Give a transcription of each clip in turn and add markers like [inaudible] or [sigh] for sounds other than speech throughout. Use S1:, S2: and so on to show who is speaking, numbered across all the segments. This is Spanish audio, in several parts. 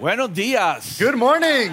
S1: Buenos días.
S2: Good morning.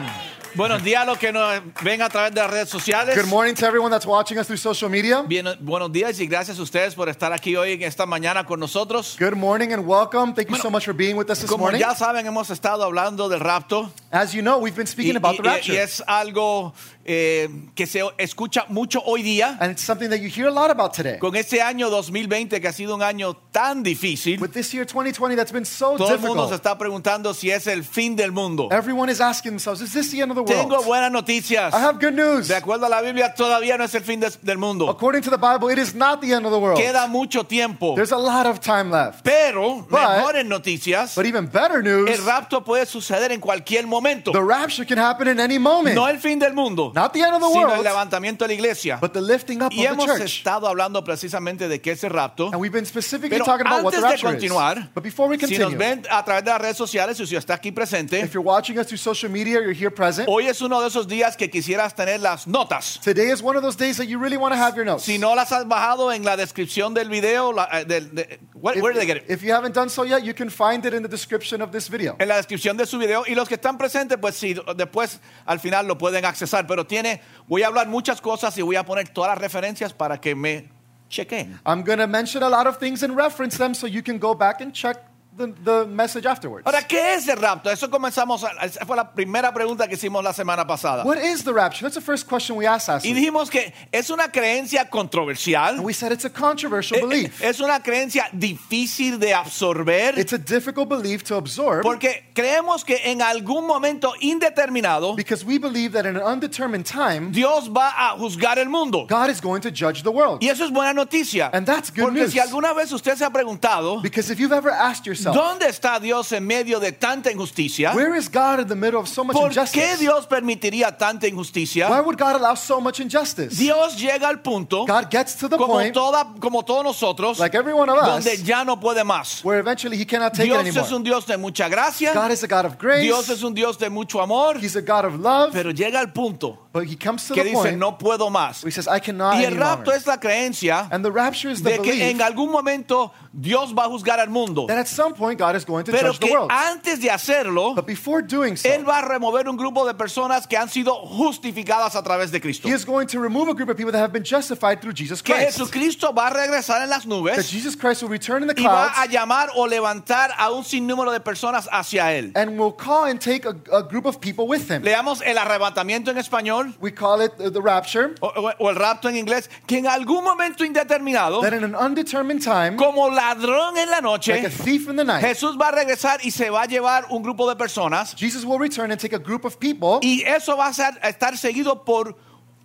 S1: Buenos días a los que nos ven a través de las redes sociales.
S2: Good morning to everyone that's watching us through social media.
S1: Bien, buenos días y gracias a ustedes por estar aquí hoy en esta mañana con nosotros.
S2: Good morning and welcome. Thank you so much for being with us this
S1: Como
S2: morning.
S1: ya saben, hemos estado hablando del rapto
S2: As you know, we've
S1: y,
S2: been speaking about
S1: y-
S2: the
S1: y-
S2: rapture.
S1: y es algo eh, que se escucha mucho hoy día.
S2: And it's something that you hear a lot about today.
S1: Con este año 2020 que ha sido un año tan difícil,
S2: With this year 2020 that's been so
S1: todo el mundo se
S2: difficult,
S1: está preguntando si es el fin del mundo.
S2: everyone is asking themselves, is this the end of the
S1: Tengo
S2: world?
S1: buenas noticias.
S2: I have good news.
S1: De acuerdo a la Biblia, todavía no es el fin des- del mundo.
S2: According to the Bible, it is not the end of the world.
S1: Queda mucho tiempo.
S2: There's a lot of time left.
S1: Pero,
S2: But-
S1: mejores noticias,
S2: But even better news,
S1: el rapto puede suceder en cualquier momento.
S2: the rapture can happen in any moment.
S1: No el fin del mundo,
S2: Not the end of the
S1: sino el
S2: world,
S1: levantamiento de la iglesia.
S2: but the lifting up of
S1: Y
S2: the
S1: hemos
S2: church.
S1: estado hablando precisamente de qué es el rapto.
S2: And we've been specifically
S1: Pero
S2: talking about what
S1: antes
S2: the
S1: de
S2: rapture is.
S1: continuar,
S2: But before we
S1: si nos
S2: continue,
S1: ven a través de las redes sociales y si está aquí presente,
S2: If you're watching us through social media, you're here present.
S1: hoy es uno de esos días que quisieras tener las notas.
S2: Today is one of those days that you really want to have your notes.
S1: Si no las has bajado en la descripción del video, la- eh, del- de- where-
S2: if,
S1: where did I get it?
S2: if you haven't done so yet, you can find it in the description of this video.
S1: en la descripción de su video y los que están presentes pues sí después al final lo pueden accesar pero tiene voy a hablar muchas cosas y voy a poner todas las referencias para que me chequen
S2: I'm going to mention a lot of things and reference them so you can go back and check the, the message afterwards.
S1: ahora qué es el rapto eso comenzamos a- esa fue la primera pregunta que hicimos la semana pasada
S2: What is the rapture? That's the first question we asked last
S1: y
S2: week.
S1: dijimos que es una creencia controversial
S2: And we said it's a controversial
S1: eh,
S2: belief.
S1: es una creencia difícil de absorber
S2: It's a difficult belief to absorb
S1: porque creemos que en algún momento indeterminado
S2: because we believe that in an undetermined time,
S1: Dios va a juzgar el mundo
S2: God is going to judge the world.
S1: y eso es buena noticia
S2: And that's good
S1: porque
S2: news.
S1: si alguna vez usted se ha preguntado
S2: Because if you've ever asked yourself,
S1: ¿Dónde está Dios en medio de tanta injusticia?
S2: where is God in the middle of so much
S1: ¿Por qué
S2: injustice?
S1: Dios permitiría tanta
S2: Why
S1: injusticia?
S2: would God allow so much injustice?
S1: Dios llega al punto,
S2: God gets to the
S1: como,
S2: point,
S1: toda, como todos nosotros,
S2: like every one of us,
S1: donde ya no puede más.
S2: where eventually he cannot take
S1: Dios
S2: it anymore.
S1: es un Dios de mucha gracia,
S2: God is a God of grace.
S1: Dios es un Dios de mucho amor,
S2: He's a God of love.
S1: pero llega al punto
S2: but he comes to
S1: que
S2: the
S1: dice,
S2: point
S1: no puedo más.
S2: where he says, I cannot
S1: Y el
S2: any
S1: rapto
S2: longer.
S1: es la creencia
S2: and the rapture is the
S1: de que
S2: belief
S1: en algún momento Dios va a juzgar al mundo,
S2: that at some point God is going to
S1: pero
S2: judge the
S1: que
S2: world.
S1: antes de hacerlo,
S2: but before doing so,
S1: Él va a remover un grupo de personas que han sido justificadas a través de Cristo.
S2: he is going to remove a group of people that have been justified through Jesus
S1: Que
S2: Christ.
S1: Jesucristo va a regresar en las
S2: that
S1: nubes
S2: Jesus Christ will return in the
S1: y va a
S2: clouds
S1: llamar o levantar a un sinnúmero de personas hacia Él.
S2: and will call and take a, a group of people with him.
S1: Leamos el arrebatamiento en español
S2: we call it uh, the rapture.
S1: o, o- o el rapto en inglés, que en algún momento indeterminado,
S2: That in an undetermined time,
S1: como ladrón en la
S2: like a
S1: noche,
S2: thief in the night,
S1: Jesús va a regresar y se va a llevar un grupo de personas
S2: Jesus will return and take a group of people,
S1: y eso va a, ser- a estar seguido por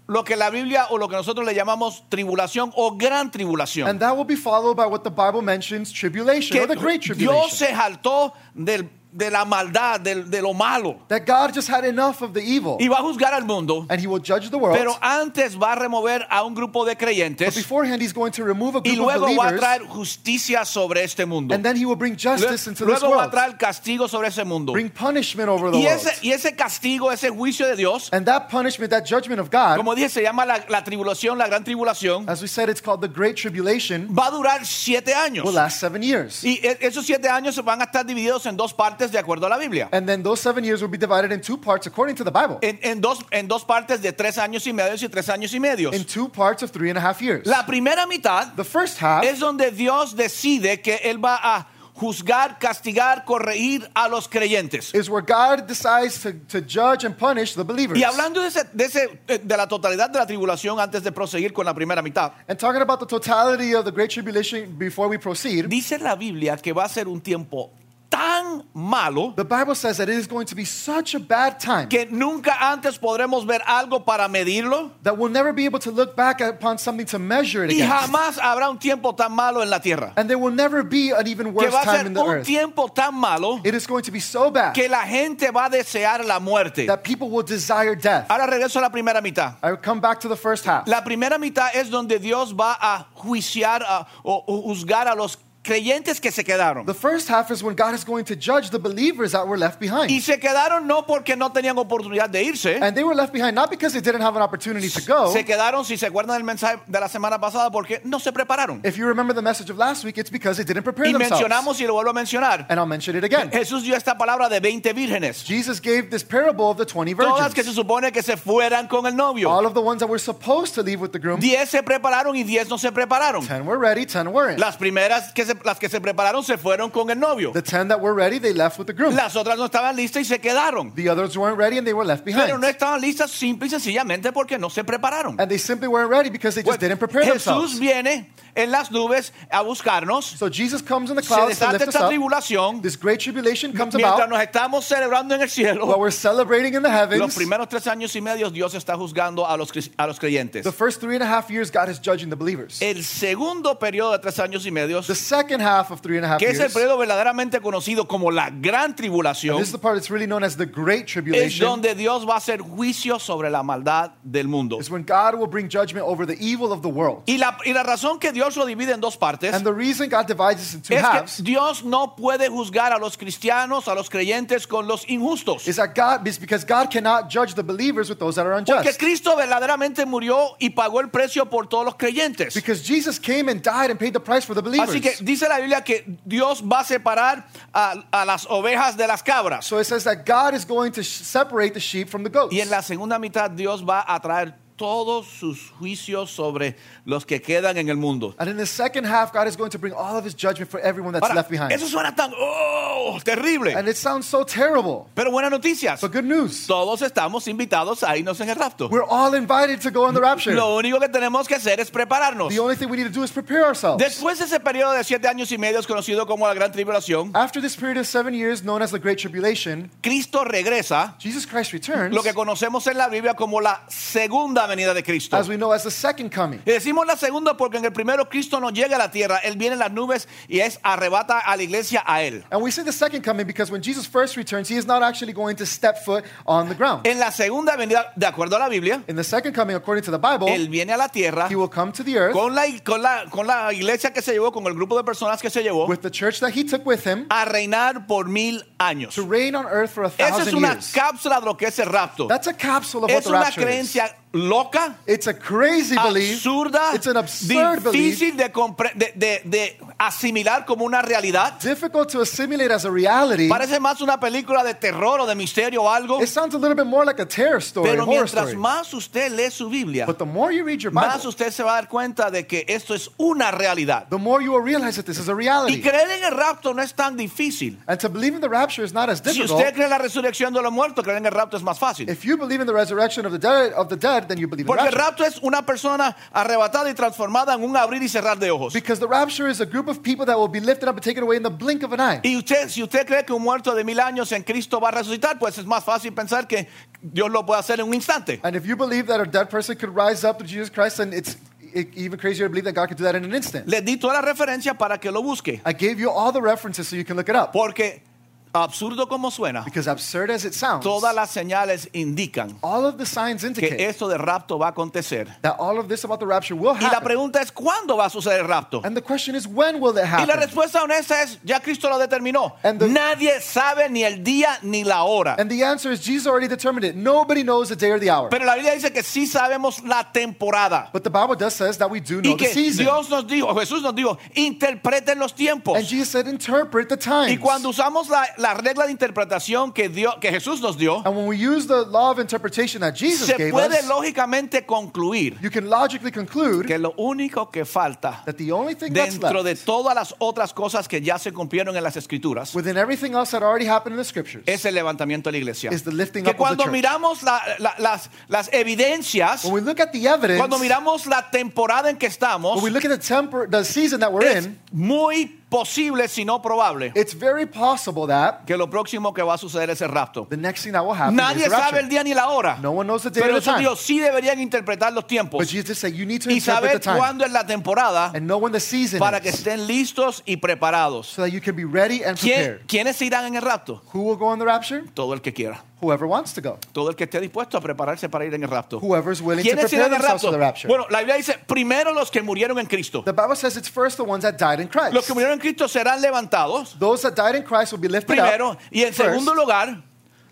S1: lo que la Biblia o lo que nosotros le llamamos tribulación o gran tribulación.
S2: and that will be followed by what the Bible mentions tribulation or the
S1: que
S2: great
S1: Dios
S2: tribulation.
S1: se jaltó del- de la maldad, del- de lo malo,
S2: That God just had enough of the evil,
S1: y va a juzgar al mundo.
S2: and He will judge the world.
S1: Pero antes va a remover a un grupo de
S2: But
S1: creyentes
S2: beforehand, He's going to remove a
S1: y
S2: group of
S1: luego va a
S2: believers,
S1: traer justicia sobre este mundo.
S2: and then He will bring justice
S1: Lue-
S2: into this
S1: Luego va a
S2: world,
S1: traer castigo sobre ese mundo.
S2: bring punishment over the
S1: Y
S2: world.
S1: ese, y ese castigo, ese juicio de Dios,
S2: And that punishment, that judgment of God,
S1: como dije, se llama la, la tribulación, la gran tribulación,
S2: as we said, it's called the great tribulation,
S1: va a durar siete años.
S2: will last seven years.
S1: Y e- esos siete años van a estar divididos en dos partes de acuerdo a la Biblia.
S2: And then those seven years will be divided in two parts according to the Bible,
S1: en, en dos, en dos partes de tres años y medio y tres años y medio.
S2: in two parts of three and a half years.
S1: La primera mitad
S2: The first half
S1: es donde Dios decide que Él va a juzgar, castigar, corregir a los creyentes.
S2: is where God decides to, to judge and punish the believers.
S1: Y hablando de, ese- de ese- eh, de la totalidad de la tribulación antes de proseguir con la primera mitad,
S2: And talking about the totality of the Great Tribulation before we proceed,
S1: dice la Biblia que va a ser un tiempo tan malo
S2: the Bible says that it is going to be such a bad time
S1: que nunca antes podremos ver algo para medirlo
S2: that we'll never be able to look back upon something to measure it
S1: y
S2: against.
S1: jamás habrá un tiempo tan malo en la tierra.
S2: And there will never be an even
S1: Que
S2: worse
S1: va a
S2: time
S1: ser
S2: in the
S1: un
S2: earth.
S1: tiempo tan malo
S2: It is going to be so bad
S1: que la gente va a desear la muerte.
S2: that people will desire death.
S1: Ahora regreso a la primera mitad.
S2: I will come back to the first half.
S1: La primera mitad es donde Dios va a juiciar a- o, o juzgar a los creyentes que se quedaron.
S2: The first half is when God is going to judge the believers that were left
S1: Y
S2: behind.
S1: se quedaron no porque no tenían oportunidad de irse.
S2: And they were left behind not because they didn't have an opportunity to go.
S1: Se quedaron, si se acuerdan del mensaje de la semana pasada, porque no se prepararon.
S2: If you remember the message of last week, it's because they didn't prepare
S1: Y
S2: themselves.
S1: mencionamos, y lo vuelvo a mencionar,
S2: And I'll mention it again.
S1: Jesús dio esta palabra de 20 vírgenes.
S2: Jesus gave this parable of the 20
S1: Todas que se
S2: virgins.
S1: supone que se fueran con el novio.
S2: All of the ones that were supposed to leave with the groom,
S1: 10 se prepararon y 10 no se prepararon.
S2: 10 were ready, 10 weren't.
S1: Las primeras que se, las que se prepararon se fueron con el novio.
S2: The 10 that were ready, they left with the groom.
S1: Las otras no estaban listas y se quedaron.
S2: The others weren't ready and they were left
S1: Pero no
S2: behind.
S1: estaban listas simple y sencillamente porque no se prepararon.
S2: And they simply weren't ready because they just didn't prepare
S1: Jesús
S2: themselves.
S1: viene en las nubes a buscarnos.
S2: So Jesus comes in the
S1: Se
S2: clouds to
S1: desata
S2: lift us
S1: esta
S2: up.
S1: tribulación.
S2: This great tribulation comes
S1: Mientras
S2: about
S1: nos estamos celebrando en el
S2: while
S1: cielo,
S2: we're celebrating in the
S1: los
S2: heavens.
S1: primeros tres años y medio Dios está juzgando a los, cre- a los creyentes.
S2: The first three and a half years, God is judging the believers.
S1: El segundo periodo de tres años y medio,
S2: The second half of three and a half
S1: que es el
S2: years,
S1: periodo verdaderamente conocido como la gran tribulación,
S2: this is the part that's really known as the Great
S1: es
S2: Tribulation.
S1: donde Dios va a hacer juicio sobre la maldad del mundo.
S2: is when God will bring judgment over the evil of the world.
S1: Y la, y la razón que Dios lo divide en dos partes
S2: And the reason God divides this into
S1: es que
S2: halves
S1: Dios no puede juzgar a los cristianos, a los creyentes con los injustos.
S2: is that God is because God cannot judge the believers with those that are
S1: Porque
S2: unjust.
S1: Cristo verdaderamente murió y pagó el precio por todos los creyentes.
S2: Because Jesus came and died and paid the price for the
S1: Así que
S2: believers.
S1: dice la Biblia que Dios va a separar a, a las ovejas de las cabras.
S2: So it says that God is going to sh- separate the sheep from the goats.
S1: Y en la segunda mitad Dios va a traer todos sus juicios sobre los que quedan en el mundo.
S2: And in the second half, God is going to bring all of his judgment for everyone that's
S1: Ahora,
S2: left behind.
S1: eso suena tan oh,
S2: And
S1: terrible.
S2: it sounds so terrible.
S1: Pero buenas noticias.
S2: But good news.
S1: Todos estamos invitados a irnos en el rapto.
S2: We're all invited to go on the rapture.
S1: Lo único que tenemos que hacer es prepararnos.
S2: The only thing we need to do is prepare ourselves.
S1: Después de ese periodo de siete años y medio, conocido como la Gran Tribulación,
S2: After this period of seven years, known as the Great Tribulation,
S1: Cristo regresa,
S2: Jesus Christ returns,
S1: lo que conocemos en la Biblia como la segunda venida de Cristo.
S2: as we know as the second coming.
S1: Y decimos la segunda porque en el primero Cristo no llega a la tierra, Él viene en las nubes y es arrebata a la iglesia a Él.
S2: And we say the second coming because when Jesus first returns, he is not actually going to step foot on the ground.
S1: En la segunda venida, de acuerdo a la Biblia,
S2: In the second coming, according to the Bible,
S1: Él viene a la tierra
S2: he will come to the earth
S1: con la, con, la, con la iglesia que se llevó, con el grupo de personas que se llevó,
S2: with the church that he took with him
S1: a reinar por mil años.
S2: to reign on earth for a
S1: Esa es
S2: thousand
S1: una
S2: years.
S1: cápsula de lo que es el rapto.
S2: That's a capsule of what
S1: Es
S2: the
S1: una
S2: rapture is.
S1: creencia loca,
S2: It's a crazy belief.
S1: absurda,
S2: It's an absurd belief.
S1: difícil de, compre- de- de- de asimilar como una realidad.
S2: Difficult to assimilate as a reality.
S1: Parece más una película de terror o de misterio o algo.
S2: It sounds a little bit more like a terror story,
S1: Pero
S2: horror
S1: mientras
S2: story.
S1: más usted lee su Biblia,
S2: But the more you read your
S1: más
S2: Bible,
S1: usted se va a dar cuenta de que esto es una realidad.
S2: the more you will realize that this is a
S1: Y
S2: reality.
S1: creer en el rapto no es tan difícil.
S2: And to believe in the rapture is not as
S1: Si
S2: difficult.
S1: usted cree en la resurrección de los muertos, creer en el rapto es más fácil.
S2: If you believe in the resurrection of the dead, of the dead, then you believe in the
S1: Porque el rapto
S2: rapture.
S1: es una persona arrebatada y transformada en un abrir y cerrar de ojos.
S2: Because the rapture is a group of people that will be lifted up and taken away in the blink of an eye.
S1: Y usted, si usted cree que un muerto de mil años en Cristo va a resucitar, pues es más fácil pensar que Dios lo puede hacer en un instante.
S2: And if you believe that a dead person could rise up to Jesus Christ, then it's e- even crazier to believe that God could do that in an instant.
S1: Les di toda la referencia para que lo busque.
S2: I gave you all the references so you can look it up.
S1: Porque, absurdo como suena,
S2: Because absurd as it sounds,
S1: todas las señales indican
S2: all of the signs
S1: que
S2: indicate
S1: esto de rapto va a acontecer.
S2: that all of this about the rapture will
S1: Y la
S2: happen.
S1: pregunta es, ¿cuándo va a suceder el rapto?
S2: And the question is, when will it
S1: Y la
S2: happen?
S1: respuesta honesta es, ya Cristo lo determinó.
S2: And the-
S1: Nadie sabe ni el día ni la hora.
S2: And the answer is, Jesus already determined it. Nobody knows the day or the hour.
S1: Pero la Biblia dice que sí sabemos la temporada.
S2: But the Bible does says that we do know
S1: Y
S2: the
S1: que
S2: season.
S1: Dios nos dijo, Jesús nos dijo, interpreten los tiempos.
S2: And Jesus said, interpret the times.
S1: Y cuando usamos la, la regla de interpretación que, Dios, que Jesús nos dio,
S2: And when we use the law of interpretation that Jesus
S1: se
S2: gave
S1: puede
S2: us,
S1: lógicamente concluir
S2: you can logically conclude
S1: que lo único que falta
S2: that the only thing that's
S1: dentro
S2: left
S1: de todas las otras cosas que ya se cumplieron en las escrituras
S2: within everything else that already happened in the scriptures
S1: es el levantamiento de la iglesia.
S2: is the lifting
S1: Que
S2: up of the
S1: cuando
S2: church.
S1: miramos la- la- las, las evidencias,
S2: When we look at the evidence,
S1: cuando miramos la temporada en que estamos,
S2: when we look at the temper, the season that we're
S1: es
S2: in,
S1: muy posible, si no probable,
S2: it's very possible that
S1: que lo próximo que va a suceder es el rapto.
S2: the next thing that will happen is
S1: Nadie
S2: the rapture.
S1: sabe el día ni la hora.
S2: No one knows the day
S1: Pero
S2: or the
S1: Jesús
S2: time.
S1: dijo, sí deberían interpretar los
S2: But
S1: tiempos
S2: Jesus said, you need to
S1: y saber
S2: interpret the time
S1: cuándo es la temporada
S2: and know when the season
S1: para
S2: is
S1: que estén listos y preparados.
S2: so that you can be ready and
S1: ¿Quién-
S2: prepared.
S1: ¿Quiénes se irán en el rapto?
S2: Who will go on the rapture?
S1: Todo el que quiera.
S2: Whoever wants to go.
S1: Todo el que esté dispuesto a prepararse para ir en el rapto.
S2: Whoever's willing to
S1: ¿Quiénes
S2: prepare
S1: irán al rapto?
S2: themselves for the rapture.
S1: Bueno, la Biblia dice, primero los que murieron en Cristo.
S2: The Bible says it's first the ones that died in Christ.
S1: Los que murieron en Cristo serán levantados,
S2: Those that died in Christ will be lifted
S1: primero.
S2: up.
S1: Y en
S2: first,
S1: segundo lugar,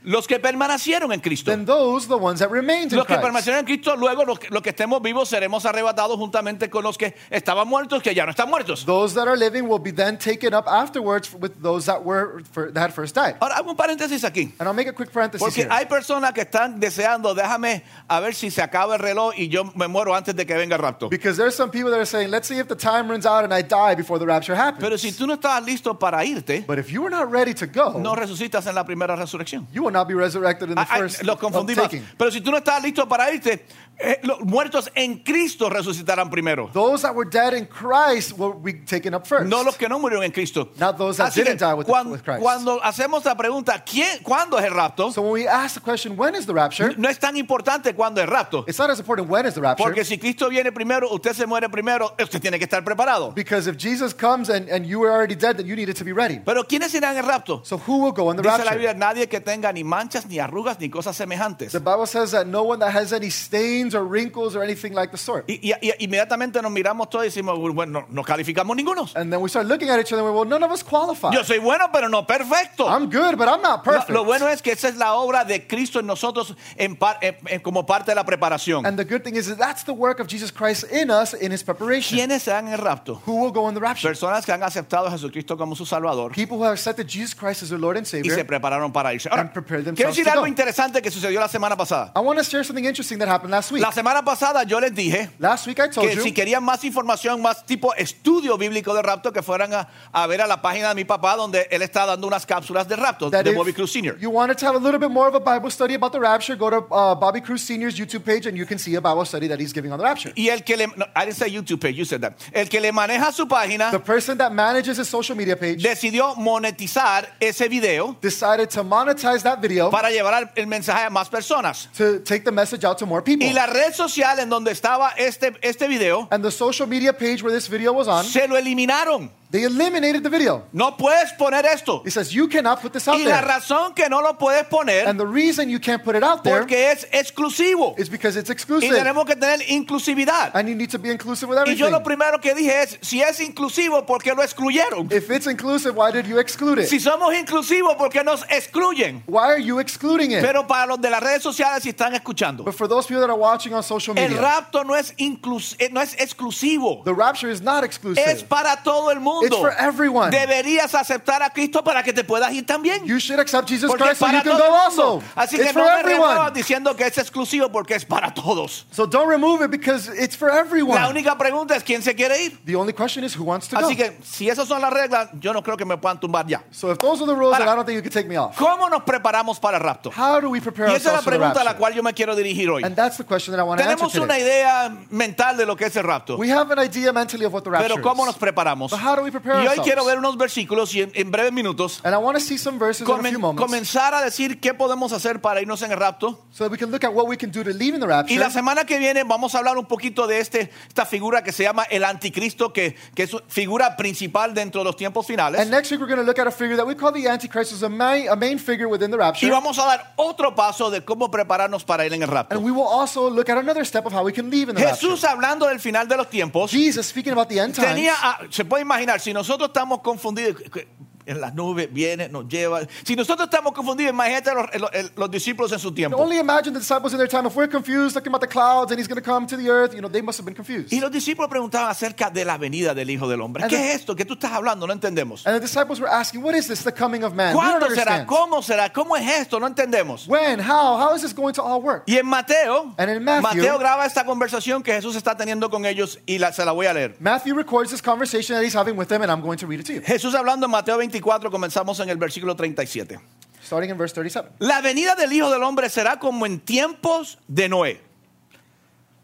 S1: los que permanecieron en Cristo.
S2: Then those, the ones that remained in
S1: Los que
S2: Christ.
S1: permanecieron en Cristo, luego los que, los que estemos vivos seremos arrebatados juntamente con los que estaban muertos, que ya no están muertos.
S2: Those that are living will be then taken up afterwards with those that were fir- that had first died.
S1: Ahora hago un paréntesis aquí.
S2: And I'll make a quick parenthesis
S1: Porque
S2: here.
S1: hay personas que están deseando, déjame a ver si se acaba el reloj y yo me muero antes de que venga el rapto.
S2: Because there's some people that are saying, let's see if the time runs out and I die before the rapture happens.
S1: Pero si tú no estabas listo para irte,
S2: but if you were not ready to go,
S1: no resucitas en la primera resurrección.
S2: you will not be resurrected in the
S1: Ay, ay,
S2: first
S1: los confundimos.
S2: uptaking.
S1: Pero si tú no estabas listo para irte, eh, los muertos en Cristo resucitarán primero.
S2: Those that were dead in Christ will be taken up first.
S1: No los que no murieron en Cristo.
S2: Not those that
S1: Así que,
S2: didn't die with the-
S1: cuan-
S2: with Christ.
S1: cuando hacemos la pregunta, ¿quién, ¿cuándo es el rapto?
S2: so when we ask the question, when is the rapture?
S1: No es tan importante cuándo es rapto.
S2: It's not as important when is the rapture.
S1: Porque si Cristo viene primero, usted se muere primero, usted tiene que estar preparado.
S2: because if Jesus comes and, and you were already dead, then you needed to be ready.
S1: Pero ¿quiénes irán en rapto?
S2: So who will go in the
S1: Dice la
S2: rapture?
S1: Biblia, nadie que tenga ni manchas, ni arrugas, ni cosas semejantes.
S2: The Bible says that no one that has any stains or wrinkles or anything like the sort.
S1: Y, y- y- inmediatamente nos miramos todos y decimos, bueno, no, no calificamos ninguno.
S2: And then we start looking at each other and we're, well, none of us qualify.
S1: Yo soy bueno, pero no perfecto.
S2: I'm good, but I'm not
S1: Lo,
S2: perfect.
S1: lo bueno es que esa es la obra de Cristo en nosotros en par- en- en- como parte de la preparación.
S2: and the good thing is that that's the work of Jesus Christ in us in his preparation.
S1: ¿Quiénes serán en el rapto?
S2: Who will go in the rapture?
S1: Personas que han aceptado a Jesucristo como su Salvador
S2: People who have accepted Jesus Christ as their Lord and
S1: y
S2: Savior.
S1: se prepararon para irse. Ahora,
S2: And prepare
S1: quiero
S2: themselves
S1: decir
S2: to
S1: algo
S2: go.
S1: interesante que sucedió la semana pasada.
S2: I want to share something interesting that happened last week.
S1: La semana pasada yo les dije
S2: Last week I told
S1: que
S2: you
S1: si querían más información, más tipo estudio bíblico de rapto, que fueran a, a ver a la página de mi papá donde él está dando unas cápsulas de rapto
S2: that
S1: de
S2: if
S1: Bobby Cruz Sr.
S2: you wanted to have a little bit more of a Bible study about the rapture, go to uh, Bobby Cruz Sr.'s YouTube page and you can see a Bible study that he's giving on the rapture.
S1: Y el que le... no, I didn't say YouTube page, you said that. El que le maneja su página
S2: The person that manages his social media page
S1: decidió monetizar ese video
S2: decided to monetize that video
S1: para llevar el mensaje a más personas.
S2: to take the message out to more people.
S1: Y la red social en donde estaba este, este video
S2: And the social media page where this video was on,
S1: se lo eliminaron.
S2: they eliminated the video.
S1: No puedes poner esto.
S2: It says you cannot put this out
S1: Y la
S2: there.
S1: razón que no lo puedes poner
S2: And the reason you can't put it out there
S1: porque es exclusivo.
S2: is because it's
S1: Y
S2: exclusive.
S1: tenemos que tener inclusividad.
S2: And you need to be inclusive with
S1: Y yo lo
S2: everything.
S1: primero que dije es, si es inclusivo, ¿por qué lo excluyeron?
S2: If it's inclusive, why did you exclude it?
S1: Si somos inclusivos, ¿por qué nos excluyen?
S2: Why are you excluding it?
S1: Pero para los de las redes sociales si están escuchando,
S2: But for those people that are watching on social
S1: el
S2: media,
S1: rapto no es, inclus- eh, no es exclusivo.
S2: the rapture is not
S1: Es
S2: exclusive.
S1: para todo el
S2: It's
S1: mundo.
S2: for everyone.
S1: Deberías aceptar a Cristo para que te puedas ir también.
S2: You should accept Jesus
S1: Porque
S2: Christ so you
S1: para
S2: can
S1: todo
S2: go
S1: el mundo.
S2: also.
S1: Así
S2: It's
S1: que
S2: for
S1: no me remuevas
S2: everyone.
S1: diciendo que es exclusivo porque es para todos.
S2: So don't remove it because it's for
S1: La
S2: everyone.
S1: única pregunta es quién se quiere ir.
S2: The only question is who wants to
S1: Así
S2: go.
S1: que si esas son las reglas, yo no creo que me puedan tumbar ya.
S2: So if those are the rules, then
S1: Ahora-
S2: I don't think you can take me off.
S1: ¿Cómo nos preparamos para el rapto?
S2: How do we prepare
S1: Y esa es la
S2: ourselves for the
S1: pregunta a la
S2: rapture?
S1: cual yo me quiero dirigir hoy.
S2: And that's the question that I want to answer
S1: Tenemos una
S2: today.
S1: idea mental de lo que es el rapto,
S2: We have an idea mentally of what the rapture
S1: pero ¿cómo nos
S2: is.
S1: preparamos?
S2: But how do we prepare
S1: Y hoy
S2: ourselves?
S1: quiero ver unos versículos y en, en breves minutos
S2: And I want to see some verses in a
S1: comen-
S2: few moments
S1: comenzar a decir qué podemos hacer para irnos en el rapto.
S2: so that we can look at what we can do to leave in the
S1: Y la
S2: rapture.
S1: semana que viene vamos a hablar un poquito de este, esta figura que se llama el anticristo, que, que es su figura principal dentro de los tiempos
S2: And
S1: finales.
S2: next week, we're going to look at a figure that we call the Antichrist, who's a main, a main figure within the
S1: Y
S2: rapture.
S1: vamos a dar otro paso de cómo prepararnos para ir en el
S2: And
S1: rapto.
S2: we will also look at another step of how we can leave in the
S1: Jesús
S2: rapture.
S1: hablando del final de los tiempos,
S2: Jesus, speaking about the end times,
S1: tenía, a- se puede imaginar, si nosotros estamos confundidos, que- que en las nubes viene, nos lleva. Si nosotros estamos confundidos, imagínate los, los- los discípulos en su tiempo.
S2: only imagine the disciples in their time. If we're confused, talking about the clouds, and he's going to come to the earth, you know, they must have been confused.
S1: Y los discípulos preguntaban acerca de la venida del Hijo del Hombre. ¿Qué es esto? ¿Qué tú estás hablando? No entendemos.
S2: And the disciples were asking, what is this, the coming of man? We don't
S1: ¿Cuándo será?
S2: understand.
S1: ¿Cómo será? ¿Cómo es esto? No entendemos.
S2: When? How? How is this going to all work?
S1: Y en Mateo,
S2: And in Matthew-
S1: Mateo graba esta conversación que Jesús está teniendo con ellos y la- se la voy a leer.
S2: Matthew records this conversation that he's having with them, and I'm going to read it to you.
S1: Jesús hablando en Mateo 24, comenzamos en el versículo 37.
S2: Starting in verse 37.
S1: La venida del Hijo del Hombre será como en tiempos de Noé.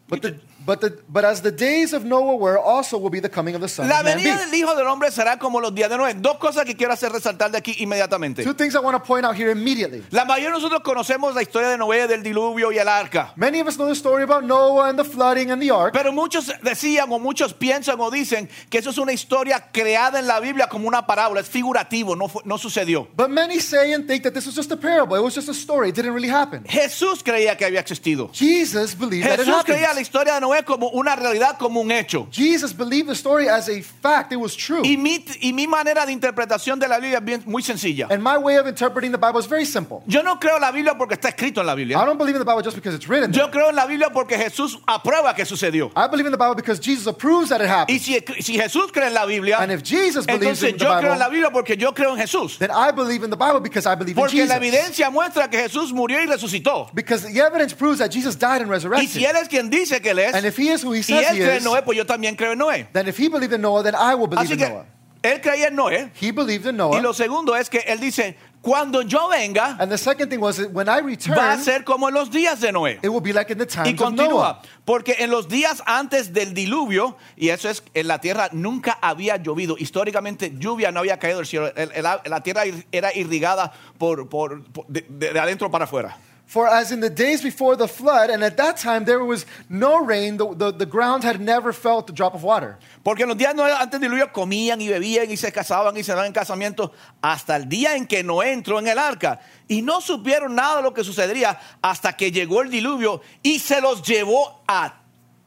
S2: But the, But, the, but as the days of Noah were, also will be the coming of the Son
S1: La
S2: of Man
S1: venida
S2: be.
S1: del Hijo del Hombre será como los días de Noé. Dos cosas que quiero hacer resaltar de aquí inmediatamente.
S2: Two things I want to point out here immediately.
S1: La mayoría de nosotros conocemos la historia de Noé, del diluvio y el arca.
S2: Many of us know the story about Noah and the flooding and the ark.
S1: Pero muchos decían o muchos piensan o dicen que eso es una historia creada en la Biblia como una parábola, es figurativo, no, fue- no sucedió.
S2: But many say and think that this was just a parable. It was just a story. It didn't really happen.
S1: Jesús creía que había existido.
S2: Jesus believed that it
S1: Jesús creía la
S2: happened.
S1: historia de Noé como una realidad, como un hecho.
S2: Jesus believed the story as a fact. It was true.
S1: Y mi, y mi manera de interpretación de la Biblia es bien, muy sencilla.
S2: And my way of interpreting the Bible is very simple.
S1: Yo no creo la Biblia porque está escrito en la
S2: I
S1: Biblia.
S2: don't believe in the Bible just because it's written. there.
S1: Yo creo en la Biblia porque Jesús aprueba que sucedió.
S2: I believe in the Bible because Jesus approves that it
S1: Y
S2: happened.
S1: si, si Jesús cree en la Biblia,
S2: And if Jesus believes
S1: entonces
S2: in the
S1: yo creo en la
S2: Bible,
S1: Biblia porque yo creo en Jesús.
S2: then I believe in the Bible because I believe in
S1: Porque la
S2: Jesus.
S1: evidencia muestra que Jesús murió y resucitó.
S2: Because the evidence proves that Jesus died and
S1: Y si
S2: resurrected.
S1: Él es quien dice que Él es,
S2: And if he is who he
S1: y Él
S2: says he
S1: cree en
S2: is, pues
S1: Noé, pues yo también creo en Noé.
S2: then if he believed in Noah, then I will believe
S1: Así
S2: in
S1: que
S2: Noah.
S1: Él creía en Noé.
S2: He believed in
S1: Y
S2: Noah.
S1: lo segundo es que Él dice, cuando yo venga,
S2: And the second thing was that when
S1: va
S2: I
S1: a
S2: return,
S1: ser como en los días de Noé.
S2: it will be like in the
S1: Y
S2: times of Noah.
S1: continúa, porque en los días antes del diluvio, y eso es, en la tierra nunca había llovido. Históricamente, lluvia no había caído del cielo. El- el- la tierra ir- era irrigada por, por- por- de, de- de adentro para afuera.
S2: For as in the days before the flood, and at that time there was no rain, the, the, the ground had never felt a drop of water.
S1: Porque en los días no- antes del diluvio comían y bebían y se casaban y se daban en casamiento hasta el día en que Noé entró en el arca. Y no supieron nada de lo que sucedería hasta que llegó el diluvio y se los llevó a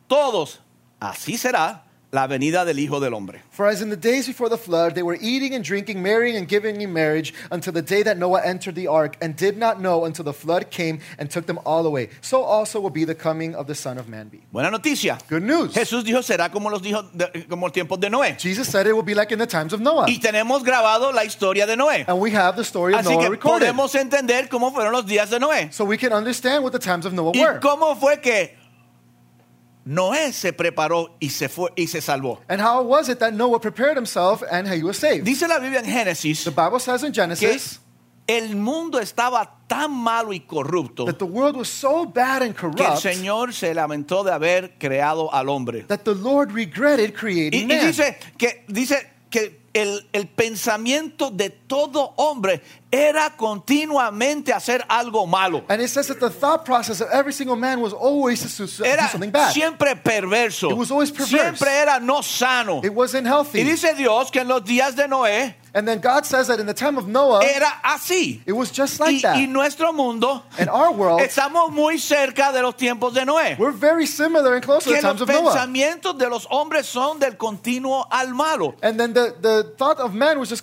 S1: todos. Así será la venida del Hijo del Hombre.
S2: For as in the days before the flood, they were eating and drinking, marrying and giving in marriage until the day that Noah entered the ark, and did not know until the flood came and took them all away. So also will be the coming of the Son of Man be.
S1: Buena noticia.
S2: Good news.
S1: Jesús dijo, será como los dijo de- como el tiempo de Noé.
S2: Jesus said it will be like in the times of Noah.
S1: Y tenemos grabado la historia de Noé.
S2: And we have the story of
S1: Así
S2: Noah
S1: que
S2: recorded.
S1: podemos entender cómo fueron los días de Noé.
S2: So we can understand what the times of Noah
S1: Y
S2: were.
S1: cómo fue que Noé se preparó y se fue y se salvó.
S2: And how was it that Noah prepared himself and how he was saved?
S1: Dice la Biblia en Génesis
S2: The Bible says in
S1: que
S2: Genesis
S1: el mundo estaba tan malo y corrupto
S2: that the world was so bad and
S1: que el
S2: corrupt
S1: Señor se lamentó de haber creado al hombre.
S2: that the Lord regretted
S1: Y,
S2: creating
S1: y
S2: man.
S1: dice que, dice que el, el pensamiento de todo hombre era continuamente hacer algo malo.
S2: And it says that the thought process of every single man was always to su- do
S1: Era
S2: something bad.
S1: siempre perverso.
S2: It was always perverse.
S1: Siempre era no sano.
S2: It wasn't
S1: Y
S2: healthy.
S1: dice Dios que en los días de Noé
S2: And then God says that in the time of Noah,
S1: era así.
S2: it was just
S1: Y,
S2: like
S1: y
S2: that.
S1: nuestro mundo,
S2: In our world,
S1: estamos muy cerca de los tiempos de Noé.
S2: we're very similar and close to the
S1: Que los
S2: times of Noah.
S1: pensamientos de los hombres son del continuo al malo.
S2: And then the, the thought of man was just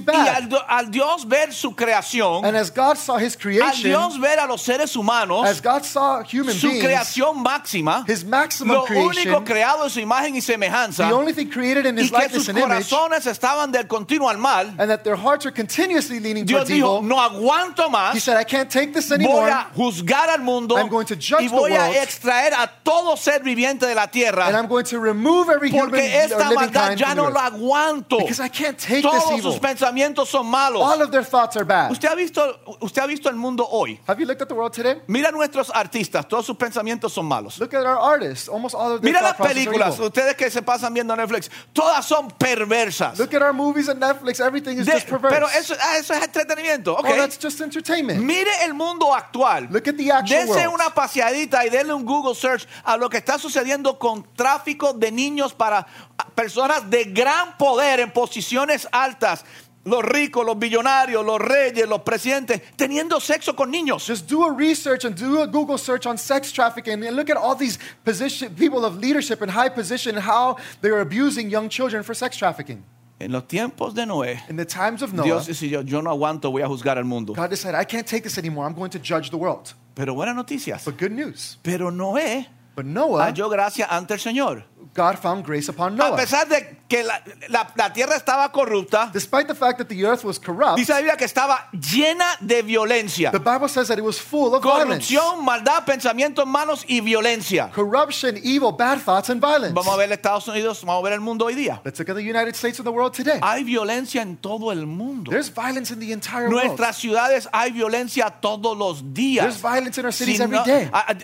S1: Y
S2: bad.
S1: al, al Dios ver su creación,
S2: And as God saw his
S1: al
S2: creation,
S1: Dios ver a los seres
S2: as
S1: humanos,
S2: God saw human
S1: su
S2: beings,
S1: creación máxima,
S2: his maximum
S1: lo
S2: creation,
S1: único creado en su imagen y semejanza,
S2: the only thing created in
S1: y
S2: his
S1: que
S2: likeness
S1: sus
S2: and image,
S1: corazones estaban del continuo al mal,
S2: and that their hearts are continuously leaning
S1: Dios
S2: towards
S1: dijo,
S2: evil,
S1: no aguanto
S2: he
S1: más,
S2: said, I can't take this
S1: voy
S2: anymore,
S1: a juzgar al mundo
S2: I'm going to judge
S1: y
S2: the
S1: voy
S2: world.
S1: a extraer a todo ser viviente de la
S2: and
S1: tierra,
S2: I'm going to remove every human
S1: porque
S2: or
S1: esta
S2: living
S1: maldad
S2: kind
S1: ya
S2: from the
S1: no
S2: earth.
S1: lo aguanto.
S2: Because I can't take this
S1: Todos sus
S2: evil.
S1: pensamientos son malos.
S2: All of their thoughts are bad.
S1: Usted ha visto, usted ha visto el mundo hoy.
S2: Have you looked at the world today?
S1: Mira a nuestros artistas, todos sus pensamientos son malos.
S2: Look at our artists. Almost all of their
S1: Mira las
S2: thought processes are
S1: películas,
S2: evil.
S1: ustedes que se pasan viendo Netflix, todas son perversas.
S2: Look at our movies and Netflix. Everything is
S1: De-
S2: just perverse.
S1: pero eso, ah, eso es entretenimiento. ok.
S2: Oh, that's just entertainment.
S1: Mire el mundo actual.
S2: Look at the actual
S1: Dese
S2: world.
S1: una paseadita y denle un Google search a lo que está sucediendo con tráfico de niños para personas de gran poder en posiciones altas. Los ricos, los billonarios, los reyes, los presidentes, teniendo sexo con niños.
S2: Just do a research and do a Google search on sex trafficking and look at all these position, people of leadership and high position and how they're abusing young children for sex trafficking.
S1: En los tiempos de Noé,
S2: In the times of Noah,
S1: Dios decidió, yo no aguanto, voy a juzgar al mundo.
S2: God decided, I can't take this anymore. I'm going to judge the world.
S1: Pero buenas noticias.
S2: But good news.
S1: Pero Noé
S2: But Noah,
S1: halló gracia ante el Señor.
S2: God found grace upon
S1: A
S2: Noah.
S1: pesar de que la, la- la tierra estaba corrupta,
S2: Despite the fact that the earth was corrupt,
S1: dice la Biblia que estaba llena de violencia.
S2: the Bible says that it was full of violence.
S1: Corrupción, maldad, pensamientos malos y violencia.
S2: Corruption, evil, bad thoughts, and violence.
S1: Vamos a ver Estados Unidos, vamos a ver el mundo hoy día.
S2: Let's look at the United States and the world today.
S1: Hay violencia en todo el mundo.
S2: There's violence in the entire world.
S1: Nuestras ciudades hay violencia todos los días.
S2: There's violence in our cities
S1: Si
S2: every
S1: no-
S2: day.
S1: a- a-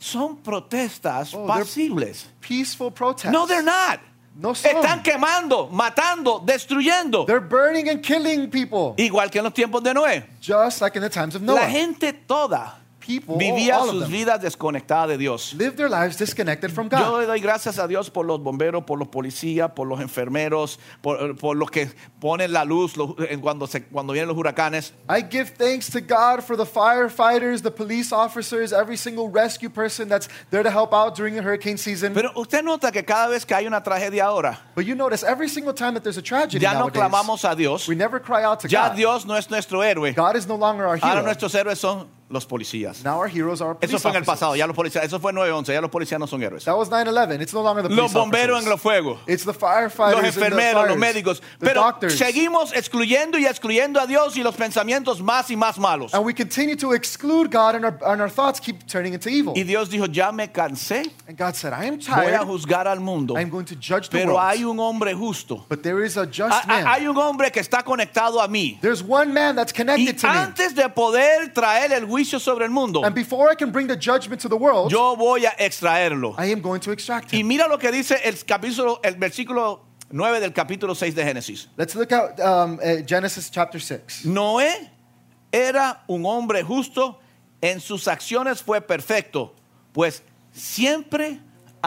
S1: son protestas
S2: Oh, they're-
S1: pasibles.
S2: Peaceful protests.
S1: No, they're not.
S2: No son.
S1: Están quemando, matando, destruyendo.
S2: They're burning and killing people,
S1: Igual que en los tiempos de Noé.
S2: just like in the times of
S1: La
S2: Noah.
S1: gente toda
S2: People,
S1: vivía
S2: Oh, all of
S1: sus
S2: them.
S1: vidas desconectadas de Dios.
S2: Live their lives disconnected from
S1: Yo
S2: God.
S1: le doy gracias a Dios por los bomberos, por los policías, por los enfermeros, por, por los que ponen la luz los- en cuando, se- cuando vienen los huracanes.
S2: I give thanks to God for the firefighters, the police officers, every single rescue person that's there to help out during the hurricane season.
S1: Pero usted nota que cada vez que hay una tragedia ahora,
S2: But you notice every single time that there's a tragedy
S1: ya no
S2: nowadays,
S1: clamamos a Dios,
S2: we never cry out to
S1: ya
S2: God.
S1: Dios no es nuestro héroe.
S2: God is no longer our
S1: Ahora
S2: hero.
S1: nuestros héroes son los policías.
S2: Now our heroes are our police
S1: Eso fue en el
S2: officers.
S1: pasado, ya los policías, eso fue 9-11, ya los policías no son héroes.
S2: That was 9-11. It's no longer the
S1: Los
S2: police
S1: bomberos
S2: officers.
S1: en los fuegos.
S2: It's the firefighters
S1: Los
S2: and the
S1: enfermeros, los
S2: fires,
S1: médicos.
S2: the
S1: Pero
S2: doctors.
S1: seguimos excluyendo y excluyendo a Dios y los pensamientos más y más malos.
S2: And we continue to exclude God and our, and our thoughts keep turning into evil.
S1: Y Dios dijo, ya me cansé,
S2: And God said, I am
S1: voy
S2: tired.
S1: a juzgar al mundo.
S2: I'm going to judge the
S1: Pero
S2: world.
S1: hay un hombre justo.
S2: But there is a just
S1: Ha-
S2: man.
S1: ha- Hay un hombre que está conectado a mí.
S2: There's one man that's
S1: Y
S2: connected to me.
S1: antes de poder traer el juicio sobre el mundo,
S2: And before I can bring the judgment to the world,
S1: yo voy a extraerlo.
S2: I am going to extract
S1: Y
S2: him.
S1: mira lo que dice el capítulo, el versículo 9 del capítulo 6 de Génesis.
S2: Let's look at um, at Genesis chapter 6.
S1: Noé era un hombre justo, en sus acciones fue perfecto, pues siempre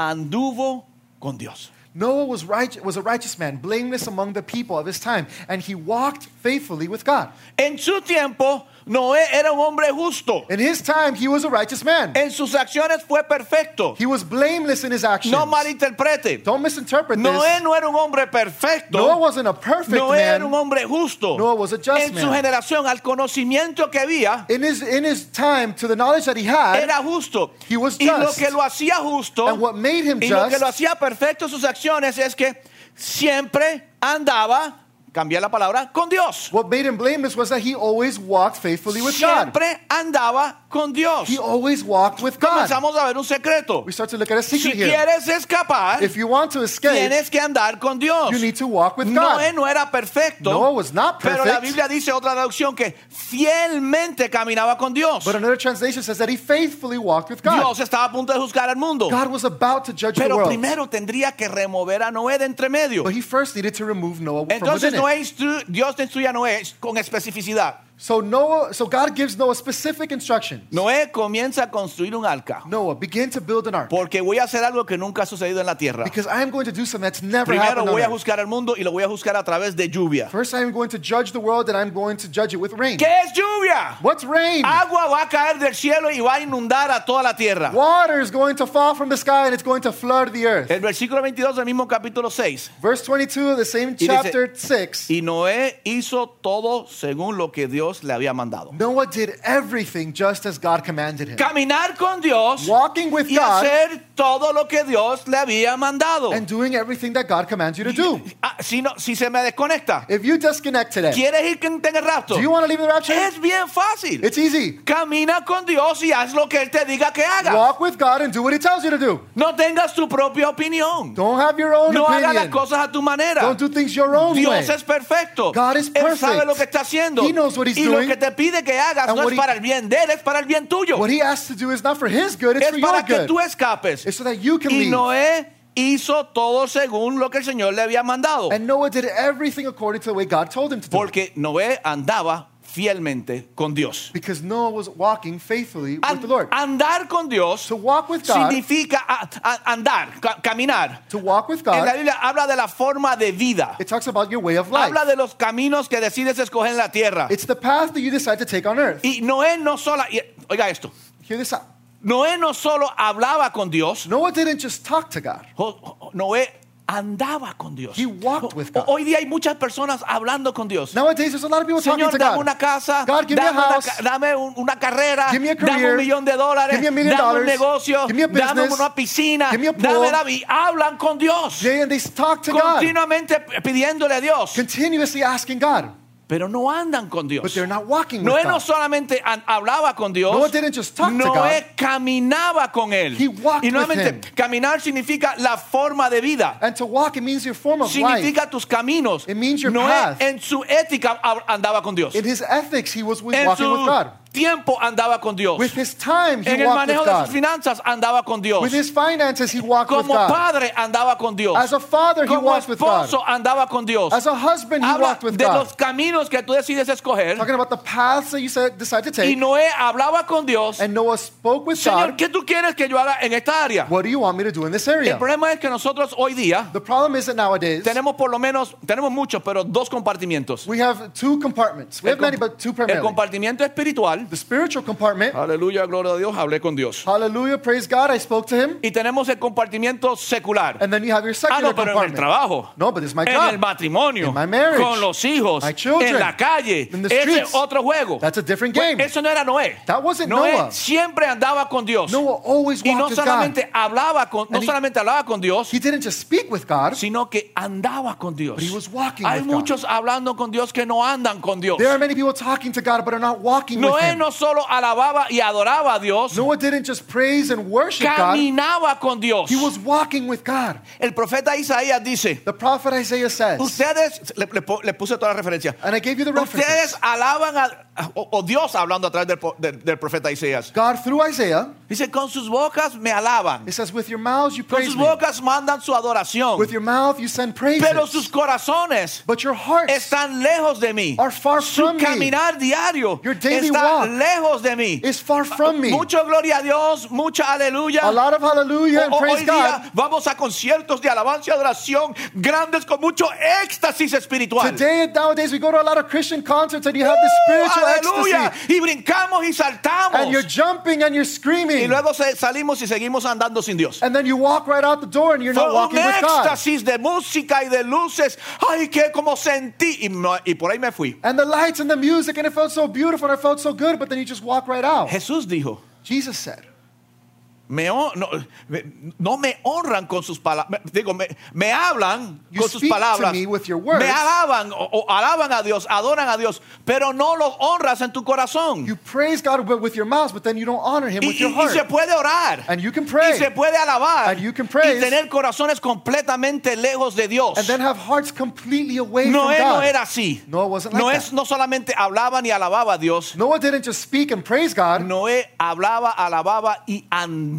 S1: anduvo con Dios.
S2: Noah was, right, was a righteous man, blameless among the people of his time, and he walked faithfully with God.
S1: En su tiempo, Noé era un hombre justo.
S2: In his time, he was a righteous man.
S1: En sus acciones fue perfecto.
S2: He was blameless in his actions.
S1: No malinterprete.
S2: Don't misinterpret
S1: Noé
S2: this.
S1: no era un hombre
S2: Noah
S1: perfecto.
S2: wasn't a perfect
S1: Noé era un
S2: man.
S1: hombre justo.
S2: Noah was a just
S1: en su
S2: man.
S1: generación, al conocimiento que había,
S2: In his, in his time, to the knowledge that he had,
S1: era justo.
S2: He was
S1: y lo
S2: just.
S1: que lo hacía justo
S2: and what made him
S1: y lo que
S2: just,
S1: lo hacía perfecto sus acciones es que siempre andaba, cambié la palabra, con Dios.
S2: what made him blameless was that he always walked faithfully with God.
S1: Siempre andaba con Dios.
S2: He always walked with God.
S1: Comenzamos a ver un secreto.
S2: We start to look at a
S1: Si
S2: secret here.
S1: quieres escapar,
S2: If you want to escape,
S1: tienes que andar con Dios.
S2: you need to walk with
S1: Noé
S2: God.
S1: no era perfecto.
S2: Noah was not
S1: Pero la
S2: perfect.
S1: Biblia dice otra traducción que fielmente caminaba con Dios.
S2: But another translation says that he faithfully walked with God.
S1: Dios estaba a punto de juzgar al mundo.
S2: God was about to judge the
S1: Pero
S2: world,
S1: primero tendría que remover a Noé de entre medio.
S2: but he first needed to remove Noah from
S1: Entonces
S2: within it.
S1: Noé instru- Dios te instruye a Noé con especificidad.
S2: So Noah, so God gives Noah specific instructions.
S1: Noé comienza a construir un arca
S2: Noah, begin to build an ark.
S1: porque voy a hacer algo que nunca ha sucedido en la tierra.
S2: Because I am going to do something that's never
S1: Primero
S2: happened on
S1: voy a
S2: earth.
S1: juzgar al mundo y lo voy a juzgar a través de lluvia.
S2: First, I am going to judge the world, and I'm going to judge it with rain.
S1: ¿Qué Ah. es lluvia?
S2: What's rain?
S1: Agua va a caer del cielo y va a inundar a toda la tierra.
S2: Water is going to fall from the sky, and it's going to flood the earth.
S1: El versículo 22 del mismo capítulo 6.
S2: Verse 22 of the same
S1: dice-
S2: chapter 6.
S1: Y Noé hizo todo según lo que Dios le había mandado.
S2: Noah did everything just as God commanded him.
S1: Caminar con Dios
S2: Walking with
S1: y
S2: God
S1: hacer todo lo que Dios le había mandado.
S2: and doing everything that God commands you to do.
S1: Ah, si, no, si se me desconecta,
S2: If you disconnect today,
S1: ¿quieres ir que tenga el rapto?
S2: do you want to leave the rapture?
S1: Es bien fácil.
S2: It's easy.
S1: Camina con Dios y haz lo que Él te diga que haga.
S2: Walk with God and do what He tells you to do.
S1: No tengas tu propia opinión.
S2: Don't have your own
S1: No hagas las
S2: opinion.
S1: cosas a tu manera.
S2: Don't do things your own way.
S1: Dios es perfecto.
S2: God is
S1: Él sabe
S2: perfect.
S1: lo que está haciendo.
S2: He knows what he's
S1: y lo
S2: doing.
S1: que te pide que hagas
S2: And
S1: no es
S2: what he-
S1: para el bien de él, es para el bien tuyo.
S2: What He asks to do is not for His good; it's
S1: es
S2: for
S1: para
S2: your
S1: que
S2: good.
S1: tú escapes.
S2: It's so that you can
S1: Y
S2: leave.
S1: Noé hizo todo según lo que el Señor le había mandado.
S2: And Noah did everything according to the way God told him to do.
S1: Porque Noé andaba fielmente con Dios.
S2: because Noah was walking faithfully
S1: An-
S2: with the Lord.
S1: andar con Dios
S2: to walk with God,
S1: significa a- a- andar, ca- caminar.
S2: to walk with
S1: En la
S2: God,
S1: Biblia habla de la forma de vida.
S2: it talks about your way of life.
S1: Habla de los caminos que decides escoger en la tierra.
S2: It's the path that you decide to take on earth.
S1: Y Noé no solo, y- oiga esto,
S2: Hear this out.
S1: Noé no solo hablaba con Dios,
S2: Noah didn't just talk to God.
S1: Jo- Jo- Noé andaba con Dios.
S2: He walked with God.
S1: Ho- Hoy día hay muchas personas hablando con Dios.
S2: Nowadays, there's a lot of people
S1: Señor,
S2: talking to
S1: dame
S2: God.
S1: una casa,
S2: God, give me
S1: dame,
S2: a
S1: una
S2: house.
S1: ca- dame un- una carrera,
S2: Give me a
S1: dame un
S2: career.
S1: millón de dólares,
S2: Give me a million
S1: dame un
S2: dollars.
S1: negocio,
S2: Give me a
S1: dame
S2: business.
S1: una piscina,
S2: Give me a pool.
S1: dame la vida. Hablan con Dios,
S2: Jay, and they talk to God,
S1: continuamente pidiéndole a Dios,
S2: continuously asking God,
S1: pero no andan con Dios.
S2: but they're not walking with
S1: Noé no
S2: God.
S1: solamente an- hablaba con Dios,
S2: Noah didn't just talk to
S1: Noé
S2: God.
S1: caminaba con Él.
S2: He walked
S1: y
S2: with
S1: nuevamente,
S2: him.
S1: caminar significa la forma de vida.
S2: And to walk, it means your form of life.
S1: Significa tus caminos.
S2: It means your
S1: Noé
S2: path.
S1: en su ética a- andaba con Dios.
S2: In his ethics, he was
S1: En
S2: walking
S1: su
S2: with God.
S1: tiempo andaba con Dios.
S2: With his time, he
S1: En el
S2: walked with
S1: manejo de sus
S2: God.
S1: finanzas andaba con Dios.
S2: With his finances, he walked with
S1: Como
S2: God.
S1: padre andaba con Dios.
S2: As a father, he
S1: Como
S2: walked with God.
S1: esposo andaba con Dios.
S2: As a husband, he
S1: Habla
S2: walked with
S1: de
S2: God.
S1: los caminos que tú decides escoger.
S2: Talking about the paths that you said, decide to
S1: Y
S2: take.
S1: Noé hablaba con Dios.
S2: And Noah spoke with
S1: Señor,
S2: God.
S1: ¿qué tú quieres que yo haga en esta área?
S2: What do you want me to do in this
S1: El
S2: area?
S1: problema es que nosotros hoy día
S2: The problem is that nowadays,
S1: tenemos por lo menos, tenemos muchos, pero dos compartimientos.
S2: we have two compartments. We
S1: El,
S2: have many,
S1: comp-
S2: but two
S1: el
S2: primarily.
S1: compartimiento espiritual.
S2: The spiritual compartment,
S1: Aleluya, gloria a Dios, hablé con Dios.
S2: hallelujah, praise God, I spoke to him.
S1: Y tenemos el compartimiento secular.
S2: And then you have your
S1: Ah,
S2: secular
S1: no, pero en el
S2: compartment.
S1: trabajo.
S2: No, but it's my
S1: en el
S2: job.
S1: matrimonio,
S2: In my marriage.
S1: con los hijos,
S2: My children.
S1: en la calle,
S2: In the
S1: ese
S2: streets.
S1: es otro juego. Pues,
S2: That's a different game.
S1: Eso no era Noé.
S2: That wasn't
S1: Noé
S2: Noah.
S1: siempre andaba con Dios.
S2: Noah always
S1: y no
S2: walked with God.
S1: solamente hablaba con, no
S2: And he-
S1: solamente hablaba con Dios,
S2: He didn't just speak with God.
S1: sino que andaba con Dios.
S2: But he was walking
S1: Hay
S2: with God.
S1: muchos hablando con Dios que no andan con Dios.
S2: There are many people talking to God but are not walking with
S1: Noé
S2: Him.
S1: no solo alababa y adoraba a Dios,
S2: Noah didn't just praise and worship God.
S1: caminaba con Dios.
S2: He was walking with God.
S1: El profeta Isaías dice,
S2: The prophet Isaiah says,
S1: ustedes, le, le po- le puse toda la referencia,
S2: and I gave you the references.
S1: ustedes alaban a, o, o Dios hablando a través del, po- del- del profeta Isaías.
S2: God through Isaiah,
S1: Dice, con sus bocas me alaban,
S2: it says, with your mouths you
S1: con
S2: praise
S1: sus
S2: me.
S1: bocas mandan su adoración,
S2: With your mouth you send praises.
S1: pero sus corazones
S2: But your hearts
S1: están lejos de mí.
S2: are far
S1: Su
S2: from me.
S1: caminar diario
S2: Your daily
S1: está
S2: walk
S1: lejos de mí.
S2: Is far from me.
S1: Mucho gloria a Dios, mucha aleluya.
S2: A lot of hallelujah and
S1: Ho-
S2: praise
S1: Hoy
S2: God.
S1: día vamos a conciertos de alabanza y adoración grandes con mucho éxtasis espiritual.
S2: Today and nowadays we go to a lot of Christian concerts and you have this spiritual
S1: Aleluya. Y
S2: ecstasy.
S1: brincamos y saltamos.
S2: And you're jumping and you're
S1: Y
S2: screaming.
S1: luego se- salimos y seguimos andando sin Dios.
S2: And then you walk right out the door and you're
S1: Fue
S2: not
S1: un
S2: walking with God.
S1: éxtasis de música y de luces. Ay, que como sentí. Y, no- y por ahí me fui.
S2: And the lights and the music and it felt so beautiful and it felt so good, but then you just walk right out.
S1: Jesús dijo.
S2: Jesus said,
S1: Me hon- no, me- no me honran con sus palabras. Digo, me, me hablan
S2: You
S1: con sus
S2: speak to
S1: palabras.
S2: me with your words.
S1: Me alaban o, o alaban a Dios, adoran a Dios, pero no los honras en tu corazón.
S2: You praise God with- with your mouth, but then you don't honor Him
S1: y,
S2: with your
S1: y- y se
S2: heart.
S1: puede orar.
S2: And you can
S1: y
S2: pray.
S1: se puede alabar.
S2: And you can
S1: Y
S2: praise.
S1: tener corazones completamente lejos de Dios.
S2: And then have hearts completely away from
S1: Noé no
S2: God.
S1: era así.
S2: Noah wasn't like
S1: Noé
S2: that.
S1: no solamente hablaba ni alababa a Dios.
S2: Noah didn't just speak and praise God.
S1: Noé hablaba, alababa y andaba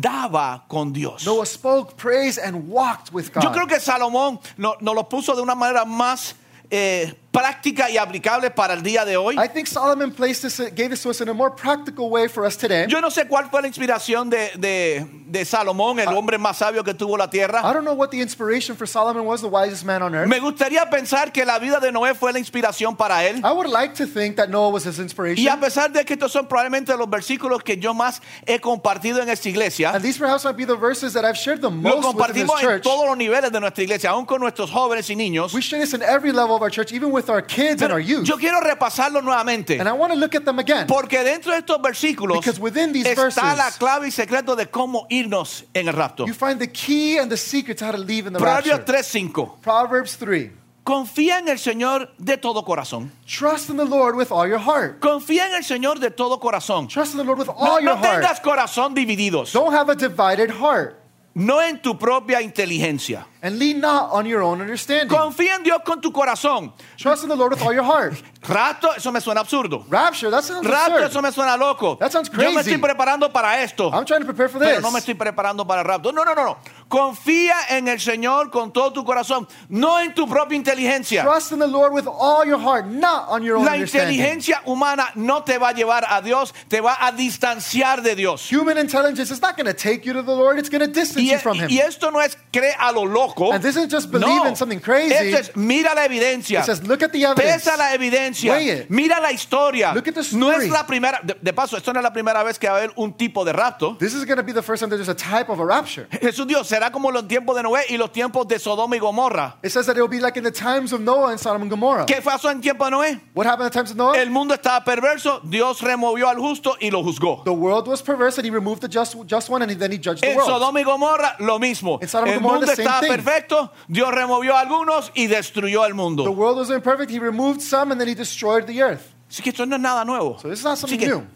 S1: con Dios.
S2: Noah spoke, praised, and walked with
S1: Yo creo
S2: God.
S1: que Salomón no- nos lo puso de una manera más eh, práctica y aplicable para el día de hoy.
S2: I think Solomon placed this, gave this to us in a more practical way for us today.
S1: Yo no sé cuál fue la inspiración de, de- de Salomón, el hombre más sabio que tuvo la
S2: I
S1: tierra.
S2: don't know what the inspiration for Solomon was, the wisest man on earth.
S1: Me gustaría pensar que la vida de Noé fue la inspiración para él.
S2: I would like to think that Noah was his
S1: Y a
S2: inspiration.
S1: pesar de que estos son probablemente los versículos que yo más he compartido en esta iglesia,
S2: And these perhaps might be the verses that I've shared the
S1: lo
S2: most with this
S1: compartimos en
S2: church.
S1: todos los niveles de nuestra iglesia, aún con nuestros jóvenes y niños.
S2: We share this in every level of our church, even with our kids and
S1: Pero
S2: our youth.
S1: yo quiero repasarlo nuevamente.
S2: And I want to look at them again.
S1: Porque dentro de estos versículos
S2: Because within these
S1: está
S2: verses-
S1: la clave y secreto de cómo irnos en el rapto.
S2: You find the key and the secret to how to leave in the
S1: Proverbios
S2: rapture.
S1: 3:5.
S2: Proverbs 3.
S1: Confía en el Señor de todo corazón.
S2: Trust in the Lord with all your heart.
S1: Confía en el Señor de todo corazón.
S2: Trust in the Lord with
S1: No,
S2: all
S1: no
S2: your heart.
S1: tengas corazón divididos.
S2: Don't have a divided heart.
S1: No en tu propia inteligencia.
S2: And lean not on your own understanding.
S1: Confía en Dios con tu corazón.
S2: Trust in the Lord with all your
S1: [laughs]
S2: heart.
S1: Rapto, eso me suena absurdo.
S2: Rapture, that sounds
S1: Rapto, eso
S2: absurd.
S1: me suena loco.
S2: That sounds
S1: Yo me
S2: crazy.
S1: estoy preparando para esto.
S2: I'm trying to prepare for
S1: Pero no me
S2: this.
S1: estoy preparando para el rapto. No, no, no, no. Confía en el Señor con todo tu corazón, no en tu propia inteligencia.
S2: Trust in the Lord with all your heart, not on your own
S1: La
S2: understanding.
S1: inteligencia humana no te va a llevar a Dios, te va a distanciar de Dios.
S2: Human intelligence is not going to take you to the Lord. It's going to distance
S1: Y,
S2: you from Him.
S1: y esto no es cree a lo loco.
S2: And this isn't just believe
S1: No.
S2: in something crazy.
S1: Esto es mira la evidencia.
S2: It says, look at the evidence.
S1: Pesa la evidencia,
S2: Weigh it.
S1: mira la historia.
S2: Look at the
S1: No es
S2: story.
S1: la primera, de, de paso, esto no es la primera vez que va a haber un tipo de rapto.
S2: This is going to be the first time that there's a type of a rapture.
S1: Jesús dijo, será como los tiempos de Noé y los tiempos de Sodoma y Gomorra.
S2: It says that it will be like in the times of Noah and Sodom and Gomorrah.
S1: ¿Qué pasó en tiempo de Noé?
S2: What happened in the times of Noah?
S1: El mundo estaba perverso, Dios removió al justo y lo juzgó.
S2: the world was perverse, and he removed the just, just one, and then he judged the
S1: En
S2: world.
S1: Sodoma y Gomorra, lo mismo.
S2: En Sodoma y
S1: el
S2: Gomorra,
S1: mundo
S2: the same
S1: estaba
S2: thing.
S1: perfecto, Dios removió a algunos y destruyó al
S2: the
S1: mundo.
S2: world was imperfect. He removed some, and then he destroyed the earth.
S1: Así que esto no es nada nuevo.
S2: So this is not
S1: Así
S2: something
S1: que
S2: new.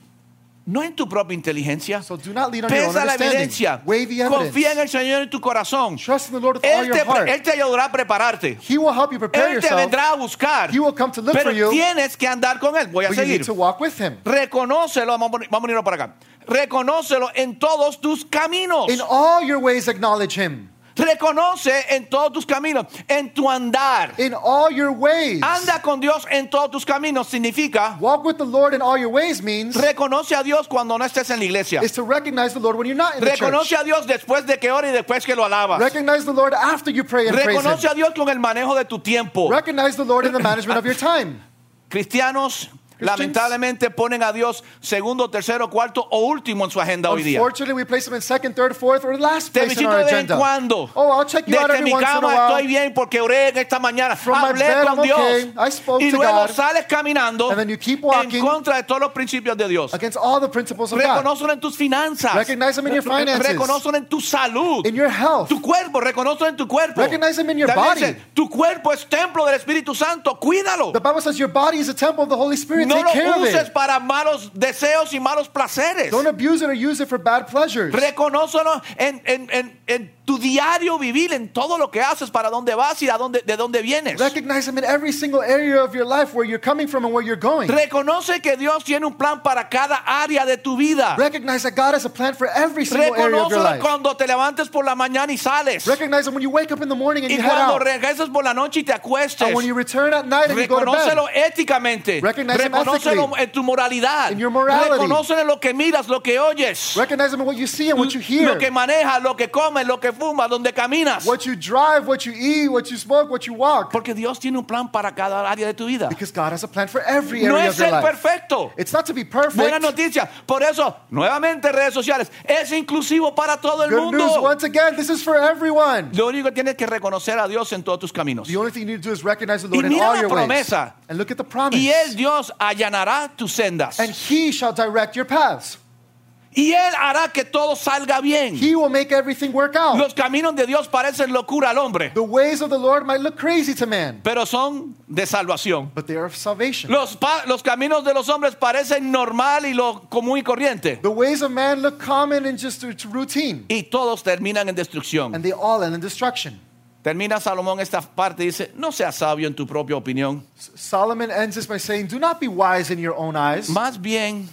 S1: No en tu propia inteligencia.
S2: So do not lean on your own
S1: Pesa la evidencia.
S2: understanding. Weigh the evidence.
S1: Confía en el Señor en tu corazón.
S2: Trust in the Lord with all
S1: Él
S2: your
S1: te,
S2: heart.
S1: pre- Él te ayudará a prepararte.
S2: He will help you prepare
S1: Él te
S2: yourself,
S1: vendrá a buscar.
S2: He will come to look
S1: Pero
S2: for you.
S1: tienes que andar con Él. Voy a
S2: but you
S1: seguir.
S2: need to walk with Him.
S1: Reconócelo. Vamos a poner- vamos a irnos para acá. Reconócelo en todos tus caminos.
S2: In all your ways, acknowledge Him.
S1: Reconoce en todos tus caminos. En tu andar.
S2: In all your ways.
S1: Anda con Dios en todos tus caminos significa
S2: Walk with the Lord in all your ways means
S1: reconoce a Dios cuando no estés en la iglesia.
S2: is to recognize the Lord when you're not in the church.
S1: Reconoce a Dios después de que ora y después que lo alabas.
S2: Recognize the Lord after you pray and praise
S1: Reconoce
S2: Him.
S1: a Dios con el manejo de tu tiempo.
S2: Recognize the Lord in the management of your time.
S1: Cristianos lamentablemente ponen a Dios segundo, tercero, cuarto o último en su agenda hoy día.
S2: Unfortunately, we place Him in second, third, fourth, or last
S1: Te
S2: place in
S1: visito
S2: our
S1: de vez en
S2: agenda.
S1: cuando.
S2: Oh, I'll check you out
S1: Desde
S2: every
S1: mi
S2: once in a
S1: cama
S2: while.
S1: estoy bien porque oré en esta mañana.
S2: From my
S1: Hablé
S2: bed,
S1: con
S2: I'm
S1: Dios.
S2: okay. I spoke
S1: Y
S2: to
S1: luego
S2: God.
S1: sales caminando
S2: And then you keep walking.
S1: en contra de todos los principios de Dios.
S2: Against all the principles of God.
S1: Reconócelo en tus finanzas.
S2: Recognize him in your finances.
S1: Reconócelo en tu salud.
S2: In your health.
S1: tu cuerpo, reconócelo en tu cuerpo.
S2: Recognize him in your
S1: También
S2: body.
S1: dice, tu cuerpo es templo del Espíritu Santo, cuídalo.
S2: The Bible says your body is a temple of the Holy Spirit.
S1: No
S2: Take care
S1: lo
S2: of
S1: uses
S2: it.
S1: para malos deseos y malos placeres.
S2: Don't abuse it or use it for bad pleasures.
S1: Reconócelo en, en- en- en tu diario vivir, en todo lo que haces, para dónde vas y a dónde, de dónde vienes.
S2: Recognize Him in every single area of your life, where you're coming from and where you're going.
S1: Reconoce que Dios tiene un plan para cada área de tu vida.
S2: Recognize that God has a plan for every single area of your
S1: Reconócelo
S2: life.
S1: cuando te levantes por la mañana y sales.
S2: Recognize Him when you wake up in the morning and
S1: Y
S2: you head
S1: cuando
S2: out.
S1: regresas por la noche y te acuestes.
S2: And when you return at night and you go to bed.
S1: Reconócelo éticamente.
S2: Recognize him
S1: Reconócelo
S2: ethically.
S1: en tu moralidad.
S2: In your morality.
S1: Reconócelo en lo que miras, lo que oyes.
S2: Recognize Him in what you see and what you
S1: Lo
S2: hear.
S1: que manejas, lo que comes, lo que fumas, donde caminas.
S2: What you drive, what you eat, what you smoke, what you walk.
S1: Porque Dios tiene un plan para cada área de tu vida.
S2: Because God has a plan for every
S1: No
S2: area of
S1: es
S2: your
S1: el
S2: life.
S1: perfecto.
S2: It's not to be
S1: Buena
S2: perfect.
S1: noticia. Por eso, nuevamente redes sociales. Es inclusivo para todo el
S2: Good news
S1: mundo.
S2: once again. This is for everyone.
S1: Lo único que tienes que reconocer a Dios en todos tus caminos.
S2: The only thing you need to do is recognize the
S1: Y
S2: Lord in
S1: mira
S2: all
S1: la
S2: your ways.
S1: promesa.
S2: And look at the promise.
S1: Y Él, Dios, allanará tus sendas.
S2: And He shall direct your paths.
S1: Y Él hará que todo salga bien.
S2: He will make everything work out.
S1: Los caminos de Dios parecen locura al hombre,
S2: The ways of the Lord might look crazy to man,
S1: pero son de salvación.
S2: but they are of salvation.
S1: Los, pa- los caminos de los hombres parecen normal y lo común y corriente.
S2: The ways of man look common and just it's routine,
S1: Y todos terminan en destrucción.
S2: and they all end in destruction.
S1: Termina Salomón esta parte y dice, no seas sabio en tu propia opinión.
S2: S- Solomon ends this by saying, Do not be wise in your own eyes.
S1: Más bien,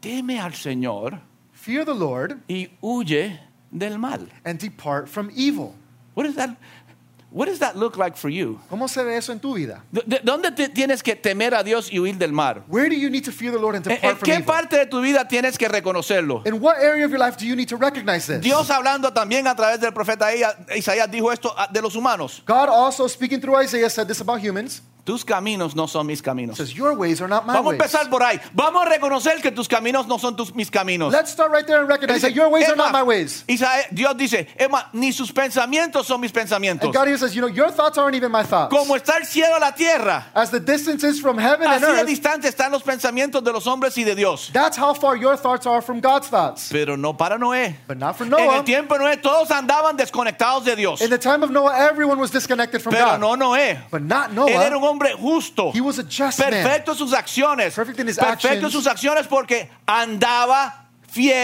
S1: teme al Señor
S2: Fear the Lord
S1: y huye del mal.
S2: and depart from evil.
S1: What does that, what does that look like for you?
S2: ¿Cómo se ve eso en tu vida?
S1: ¿De- de- ¿Dónde te- tienes que temer a Dios y huir del mal?
S2: Where do you need to fear the Lord and
S1: ¿En- ¿En
S2: depart from
S1: Eh, qué
S2: evil?
S1: parte de tu vida tienes que reconocerlo?
S2: In what area of your life do you need to recognize this?
S1: Dios hablando también a través del profeta Isaías dijo esto de los humanos.
S2: God also, speaking through Isaiah, said this about humans.
S1: Tus caminos no son mis
S2: He
S1: caminos.
S2: says, Your ways are not my
S1: Vamos a
S2: ways.
S1: empezar por ahí. Vamos a reconocer que tus caminos no son tus, mis caminos.
S2: Let's start right there and recognize that your ways
S1: Es
S2: are not
S1: más,
S2: my ways.
S1: Isaías- Dios dice, es más, ni sus pensamientos son mis pensamientos.
S2: And God even says, You know, your thoughts aren't even my thoughts.
S1: Como está el cielo a la tierra,
S2: As the distance is from heaven and
S1: así de
S2: earth,
S1: distante están los pensamientos de los hombres y de Dios.
S2: that's how far your thoughts are from God's thoughts.
S1: Pero no para Noé.
S2: But not for
S1: En el
S2: Noah.
S1: tiempo de Noé todos andaban desconectados de Dios.
S2: In the time of Noah, everyone was disconnected from
S1: Pero no
S2: God.
S1: Noé.
S2: But not
S1: Él era un
S2: Noah.
S1: hombre justo.
S2: He was a just man.
S1: Perfecto en sus acciones.
S2: Perfect in his
S1: Perfecto en
S2: actions.
S1: sus acciones porque andaba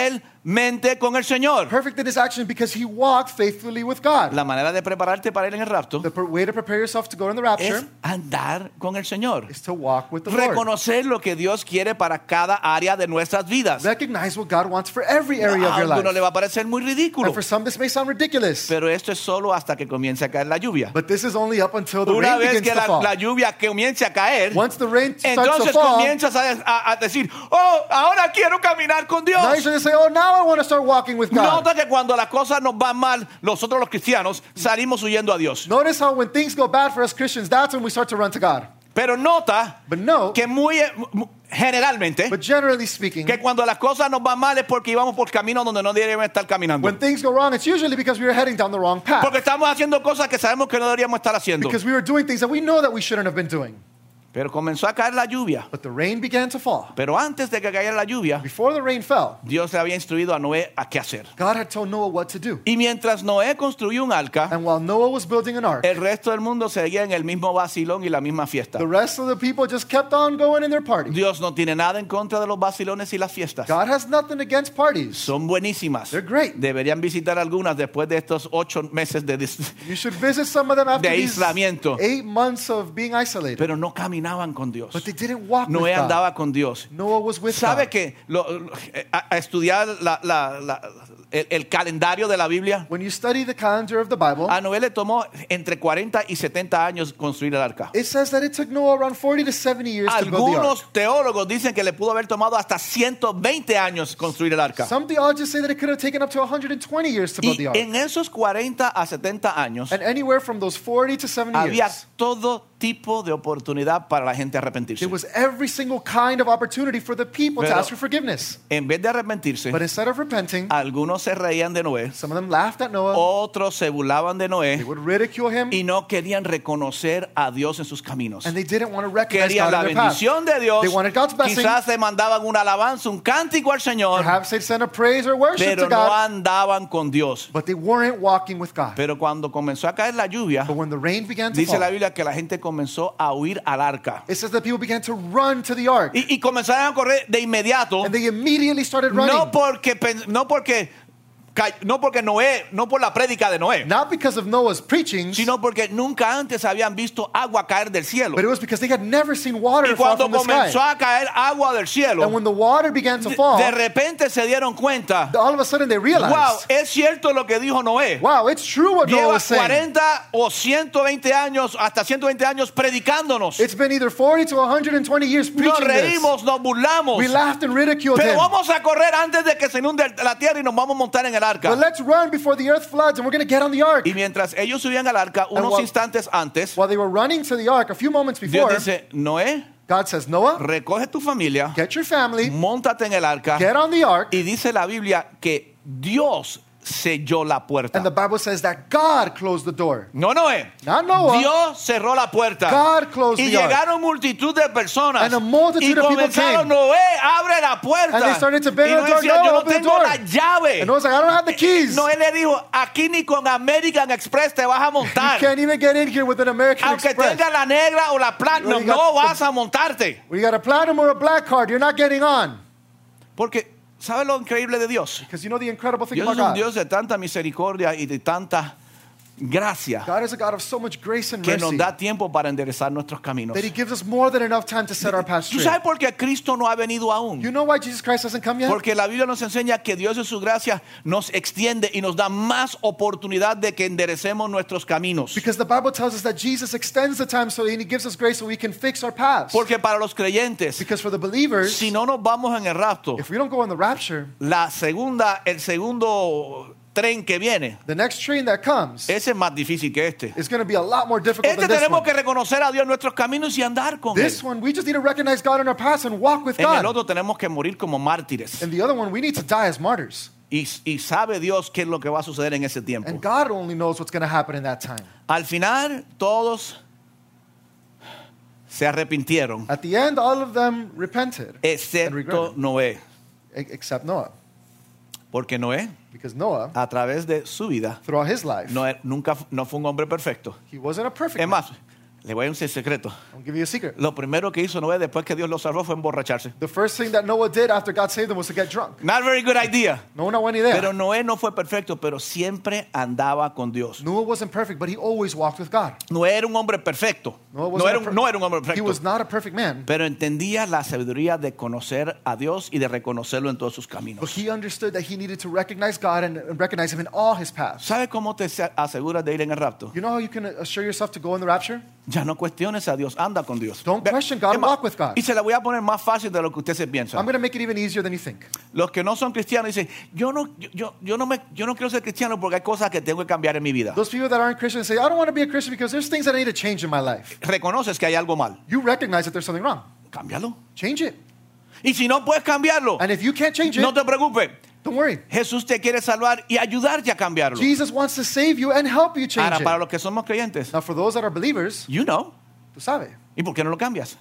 S1: fielmente con el Señor.
S2: Perfect in his action because he walked faithfully with God.
S1: La manera de prepararte para ir en el rapto
S2: The per- way to prepare yourself to go in the
S1: es
S2: rapture
S1: andar con el Señor.
S2: is to walk with the Lord.
S1: Reconocer lo que Dios quiere para cada área de nuestras vidas.
S2: Recognize what God wants for every area of
S1: A
S2: your
S1: alguno le
S2: life.
S1: va a parecer muy ridículo,
S2: And for some, this may sound ridiculous,
S1: pero esto es solo hasta que comience a caer la lluvia.
S2: but this is only up until the
S1: Una
S2: rain
S1: vez
S2: begins
S1: que
S2: to
S1: la, la
S2: fall.
S1: lluvia comience a caer,
S2: Once the rain starts to
S1: entonces
S2: fall,
S1: comienzas a, a- a decir, oh, ahora quiero caminar con Dios.
S2: now you should say, Oh, now I want to start walking with God.
S1: Nota que cuando las cosas nos van mal, nosotros los cristianos salimos huyendo a Dios.
S2: Notice how when things go bad for us Christians, that's when we start to run to God.
S1: Pero nota
S2: But no,
S1: que muy mu- generalmente,
S2: but generally speaking,
S1: que cuando las cosas nos van mal es porque íbamos por caminos donde no deberíamos estar caminando.
S2: when things go wrong, it's usually because we were heading down the wrong path.
S1: Porque estamos haciendo cosas que sabemos que no deberíamos estar haciendo.
S2: Because we were doing things that we know that we shouldn't have been doing.
S1: Pero comenzó a caer la lluvia.
S2: But the rain began to fall.
S1: Pero antes de que cayera la lluvia,
S2: Before the rain fell,
S1: Dios le había instruido a Noé a qué hacer.
S2: God had told Noah what to do.
S1: Y mientras Noé construyó un arca,
S2: And while Noah was building an ark,
S1: el resto del mundo seguía en el mismo vacilón y la misma fiesta.
S2: the rest of the people just kept on going in their party.
S1: Dios no tiene nada en contra de los vacilones y las fiestas.
S2: God has nothing against parties.
S1: Son buenísimas.
S2: They're great.
S1: Deberían visitar algunas después de estos ocho meses de, dis- [laughs]
S2: You should visit some of them after
S1: de
S2: these
S1: aislamiento.
S2: eight months of being isolated.
S1: Pero no caminaban con Dios.
S2: But they didn't walk
S1: Noé
S2: with God.
S1: andaba con Dios.
S2: Noah was with
S1: ¿Sabe
S2: God.
S1: que lo- lo- eh, a, a estudiar la- la- la- el, el calendario de la Biblia?
S2: When you study the calendar of the Bible,
S1: A Noé le tomó entre 40 y 70 años construir el arca.
S2: it says that it took Noah around 40 to 70 years to build the ark.
S1: Algunos teólogos dicen que le pudo haber tomado hasta 120 años construir el arca.
S2: Some theologians say that it could have taken up to 120 years to build
S1: Y
S2: the ark.
S1: en esos 40 a 70 años
S2: And anywhere from those 40 to 70
S1: había
S2: years,
S1: todo tipo de oportunidad para la gente arrepentirse.
S2: there was every single kind of opportunity for the people to
S1: Pero-
S2: ask for forgiveness.
S1: En vez de arrepentirse,
S2: But instead of repenting,
S1: algunos se reían de Noé,
S2: some of them laughed at Noah,
S1: otros se burlaban de
S2: they
S1: Noé
S2: would ridicule him,
S1: y no querían reconocer a Dios en sus caminos.
S2: and they didn't want to recognize
S1: Querían
S2: God
S1: la
S2: in their path.
S1: bendición de Dios.
S2: They wanted God's blessing.
S1: Quizás le mandaban una alabanza, un cántico al Señor,
S2: Perhaps they'd send a praise or worship
S1: pero
S2: to
S1: no
S2: God,
S1: andaban con Dios.
S2: but they weren't walking with God.
S1: Pero cuando comenzó a caer la lluvia,
S2: But when the rain began to
S1: dice la
S2: fall,
S1: Biblia que la gente comenzó a huir al arca.
S2: it says that people began to run to the ark,
S1: Y, y comenzaron a correr de inmediato,
S2: and they immediately started
S1: no
S2: running.
S1: porque, pen- no porque, ca- no porque Noé, no por la prédica de Noé,
S2: Not because of Noah's preachings,
S1: sino porque nunca antes habían visto agua caer del cielo.
S2: but it was because they had never seen
S1: Y
S2: water fall
S1: cuando
S2: from the sky.
S1: comenzó a caer agua del
S2: And
S1: cielo,
S2: when the water began to
S1: de,
S2: fall,
S1: de repente se dieron cuenta,
S2: all of a sudden they
S1: wow,
S2: realized,
S1: es cierto lo que dijo Noé.
S2: wow, it's true what Noah
S1: Lleva
S2: was saying.
S1: 40 o 120 años, hasta 120 años predicándonos.
S2: It's been either 40 to 120 years
S1: Nos
S2: preaching this.
S1: reímos, nos burlamos.
S2: We laughed and ridiculed
S1: Pero
S2: him.
S1: vamos a correr antes de que se inunde la tierra y nos vamos a montar en el
S2: But
S1: arca.
S2: let's run before the earth floods and we're going to get on the ark.
S1: Y mientras ellos subían al arca, unos
S2: while-
S1: instantes antes,
S2: While they were running to the ark a few moments
S1: Dios
S2: before,
S1: dice, Noé,
S2: God says, Noah,
S1: recoge tu familia,
S2: get your family,
S1: montate en el arca.
S2: get on the ark.
S1: Y dice la Biblia que Dios selló la puerta.
S2: And the Bible says that God closed the door.
S1: No, Noé.
S2: Not Noah.
S1: Dios cerró la puerta.
S2: uh, God closed
S1: y
S2: the ark.
S1: llegaron multitud de personas.
S2: And a multitude
S1: y
S2: of people
S1: comenzaron,
S2: came.
S1: Noé, abre la puerta.
S2: And they started to bang
S1: y
S2: on the
S1: Noé
S2: door,
S1: decía,
S2: "No,
S1: yo no
S2: open the
S1: tengo
S2: door."
S1: la llave.
S2: And Noah's like, I don't have the keys. You
S1: Noé le dijo, aquí ni con American Express te vas a montar.
S2: can't even get in here with an American
S1: Aunque
S2: Express.
S1: tenga la negra o la
S2: You
S1: plata,
S2: only got
S1: no
S2: the-
S1: vas a montarte.
S2: We got a platinum or a black card. You're not getting on.
S1: Porque, ¿sabes lo increíble de Dios?
S2: Because you know the incredible thing
S1: Dios
S2: about
S1: es un
S2: God.
S1: Dios de tanta misericordia y de tanta gracia
S2: God is a God of so much grace and
S1: que nos
S2: mercy
S1: da tiempo para enderezar nuestros caminos.
S2: that He gives us more than enough time to set our path
S1: ¿Tú
S2: straight.
S1: sabes por qué Cristo no ha venido aún?
S2: You know why Jesus Christ hasn't come yet?
S1: Porque la Biblia nos enseña que Dios en su gracia nos extiende y nos da más oportunidad de que enderecemos nuestros caminos.
S2: Because the Bible tells us that Jesus extends the time so and He gives us grace so we can fix our paths.
S1: Porque para los creyentes,
S2: Because for the believers,
S1: si no nos vamos en el rapto,
S2: if we don't go on the rapture,
S1: la segunda, el segundo tren que viene,
S2: the next train that comes
S1: ese es más difícil que este.
S2: is going to be a lot more difficult
S1: Este
S2: than this
S1: tenemos
S2: one.
S1: que reconocer a Dios en nuestros caminos y andar con él.
S2: This one, we just need to recognize God in our paths and walk with
S1: En el
S2: God.
S1: otro tenemos que morir como mártires.
S2: And the other one, we need to die as martyrs.
S1: Y, y sabe Dios qué es lo que va a suceder en ese tiempo.
S2: And God only knows what's going to happen in that time.
S1: Al final, todos se arrepintieron,
S2: At the end, all of them repented,
S1: excepto
S2: regret.
S1: Noé.
S2: e- except Noah.
S1: Porque Noé,
S2: Because Noah,
S1: a través de su vida,
S2: throughout his life,
S1: no, er- nunca fu- no fue un hombre perfecto.
S2: he wasn't a perfect
S1: Es
S2: man.
S1: más, le voy a decir un secreto.
S2: I'll give you a secret.
S1: Lo primero que hizo Noé después que Dios lo salvó fue emborracharse.
S2: The first thing that Noah did after God saved him was to get drunk.
S1: Not very good idea.
S2: Noah not went there.
S1: Pero Noé no fue perfecto, pero siempre andaba con Dios.
S2: Noah wasn't perfect, but he always walked with God.
S1: Noé era un hombre perfecto.
S2: Noah
S1: No
S2: wasn't
S1: era
S2: a
S1: un,
S2: per-
S1: no era un hombre
S2: He was
S1: perfecto.
S2: not a perfect man,
S1: Pero entendía la sabiduría de conocer a Dios y de reconocerlo en todos sus
S2: but
S1: caminos.
S2: he understood that he needed to recognize God and, and recognize him in all his paths.
S1: ¿Sabe cómo te se- aseguras de ir en el rapto?
S2: You know how you can assure yourself to go in the rapture?
S1: Ya no cuestiones a Dios, anda con Dios.
S2: Don't
S1: Ve-
S2: question God,
S1: es más,
S2: walk with God.
S1: Y se la voy a poner más fácil de lo que usted se
S2: I'm
S1: piensa.
S2: going to make it even easier than you think.
S1: Los que no son cristianos dicen, yo no, yo- yo, yo no, me, yo no quiero ser cristiano porque hay cosas que tengo que cambiar en mi vida.
S2: Those people that aren't Christians say, I don't want to be a Christian because there's things that I need to change in my life.
S1: Reconoces que hay algo mal,
S2: You recognize that there's something wrong.
S1: cámbialo.
S2: Change it.
S1: Y si no puedes cambiarlo,
S2: And if you can't change it,
S1: Oh. no te preocupes.
S2: don't worry.
S1: Jesús te quiere salvar y ayudarte a cambiarlo.
S2: Jesus wants to save you and help you change
S1: Ahora, para
S2: it.
S1: los que somos creyentes,
S2: Now, for those that are believers,
S1: you know.
S2: tú sabes.
S1: ¿Y por qué no lo cambias?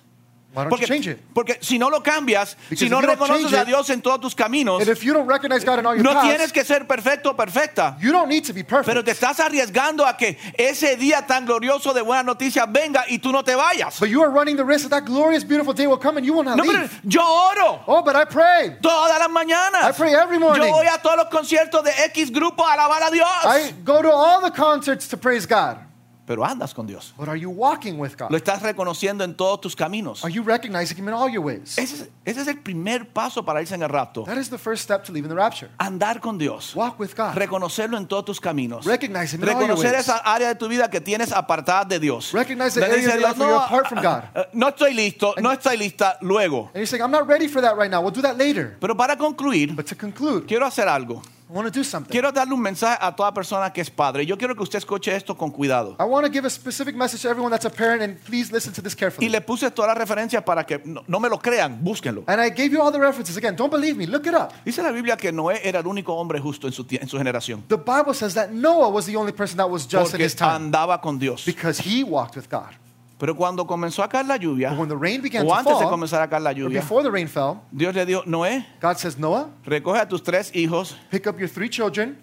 S2: Why don't you
S1: Porque,
S2: change it?
S1: porque si no lo cambias,
S2: Because
S1: si
S2: if
S1: no
S2: you don't
S1: reconoces
S2: change
S1: a
S2: it-
S1: Dios en todos tus caminos,
S2: And if you don't recognize God in all your
S1: no tienes
S2: paths,
S1: que ser perfecto o perfecta.
S2: you don't need to be perfect.
S1: Pero te estás arriesgando a que ese día tan glorioso de buenas noticias venga y tú no te vayas.
S2: But you are running the risk that that glorious, beautiful day will come and you will not
S1: No, pero
S2: leave.
S1: yo oro
S2: Oh, but I pray.
S1: todas las
S2: I
S1: mañanas.
S2: pray every morning.
S1: Yo voy a todos los conciertos de X grupo a alabar a Dios.
S2: I go to all the concerts to praise God.
S1: Pero andas con Dios.
S2: But are you walking with
S1: Lo
S2: God?
S1: estás reconociendo en todos tus caminos.
S2: Are you recognizing Him in all your ways?
S1: Ese es, ese es el primer paso para irse en el rapto.
S2: That is the first step to leaving the rapture.
S1: Andar con Dios.
S2: Walk with God.
S1: Reconocerlo en todos tus caminos.
S2: Recognize him in all your
S1: Reconocer
S2: ways.
S1: esa área de tu vida que tienes apartada de Dios.
S2: Recognize the
S1: Le
S2: area of
S1: dice
S2: your life
S1: Dios,
S2: where you're
S1: "No,
S2: apart from God."
S1: eh, no estoy listo, no estoy lista luego.
S2: And you're saying, I'm not ready for that right now. We'll do that later.
S1: Pero para concluir,
S2: But to conclude,
S1: quiero hacer algo.
S2: I want to do something.
S1: Quiero darle un mensaje a toda persona que es padre. Yo quiero que usted escuche esto con cuidado.
S2: I want to give a specific message to everyone that's a parent, and please listen to this
S1: Y
S2: carefully.
S1: le puse todas las referencias para que no, no me lo crean, búsquenlo.
S2: And I gave you all the references. Again, don't believe me. Look it up.
S1: Dice la Biblia que Noé era el único hombre justo en su, tie- en su generación.
S2: The Bible says that Noah was the only person that was just in
S1: Porque
S2: his time
S1: andaba con Dios.
S2: because he walked with God.
S1: Pero cuando comenzó a caer la lluvia,
S2: But when the rain began
S1: o
S2: to
S1: antes de
S2: fall,
S1: comenzar a caer la
S2: or
S1: lluvia,
S2: before the rain fell,
S1: Dios le dijo, Noé,
S2: God says, Noah,
S1: recoge a tus tres hijos,
S2: pick up your three children,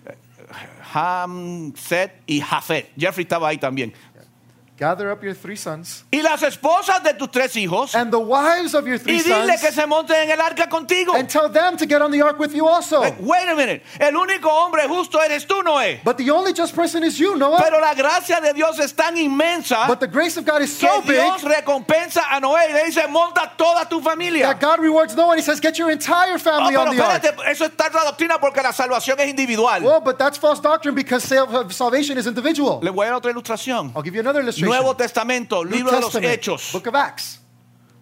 S1: Ham, Set y Jafet. Jeffrey estaba ahí también.
S2: gather up your three sons,
S1: Y las esposas de tus tres hijos,
S2: and the wives of your
S1: y
S2: three
S1: dile
S2: sons,
S1: que se monten en el arca contigo.
S2: and tell them to get on the ark with you
S1: Like,
S2: also.
S1: wait a minute, el único hombre justo eres tú, Noé.
S2: But the only just person is you, Noah.
S1: Pero la gracia de Dios es tan inmensa
S2: But the grace of God is
S1: uh, que
S2: so big
S1: Dios recompensa a Noé y le dice, monta toda tu familia.
S2: that God rewards Noah and he says, Get your entire
S1: No,
S2: family
S1: Oh, pero
S2: on the ark.
S1: espérate, eso es la doctrina porque la salvación es individual.
S2: Well, but that's false doctrine because sal- uh, salvation is individual.
S1: Le voy a dar otra ilustración.
S2: I'll give you another illustration.
S1: Nuevo Testamento,
S2: New
S1: libro de los
S2: Testament,
S1: Hechos.
S2: Book of Acts.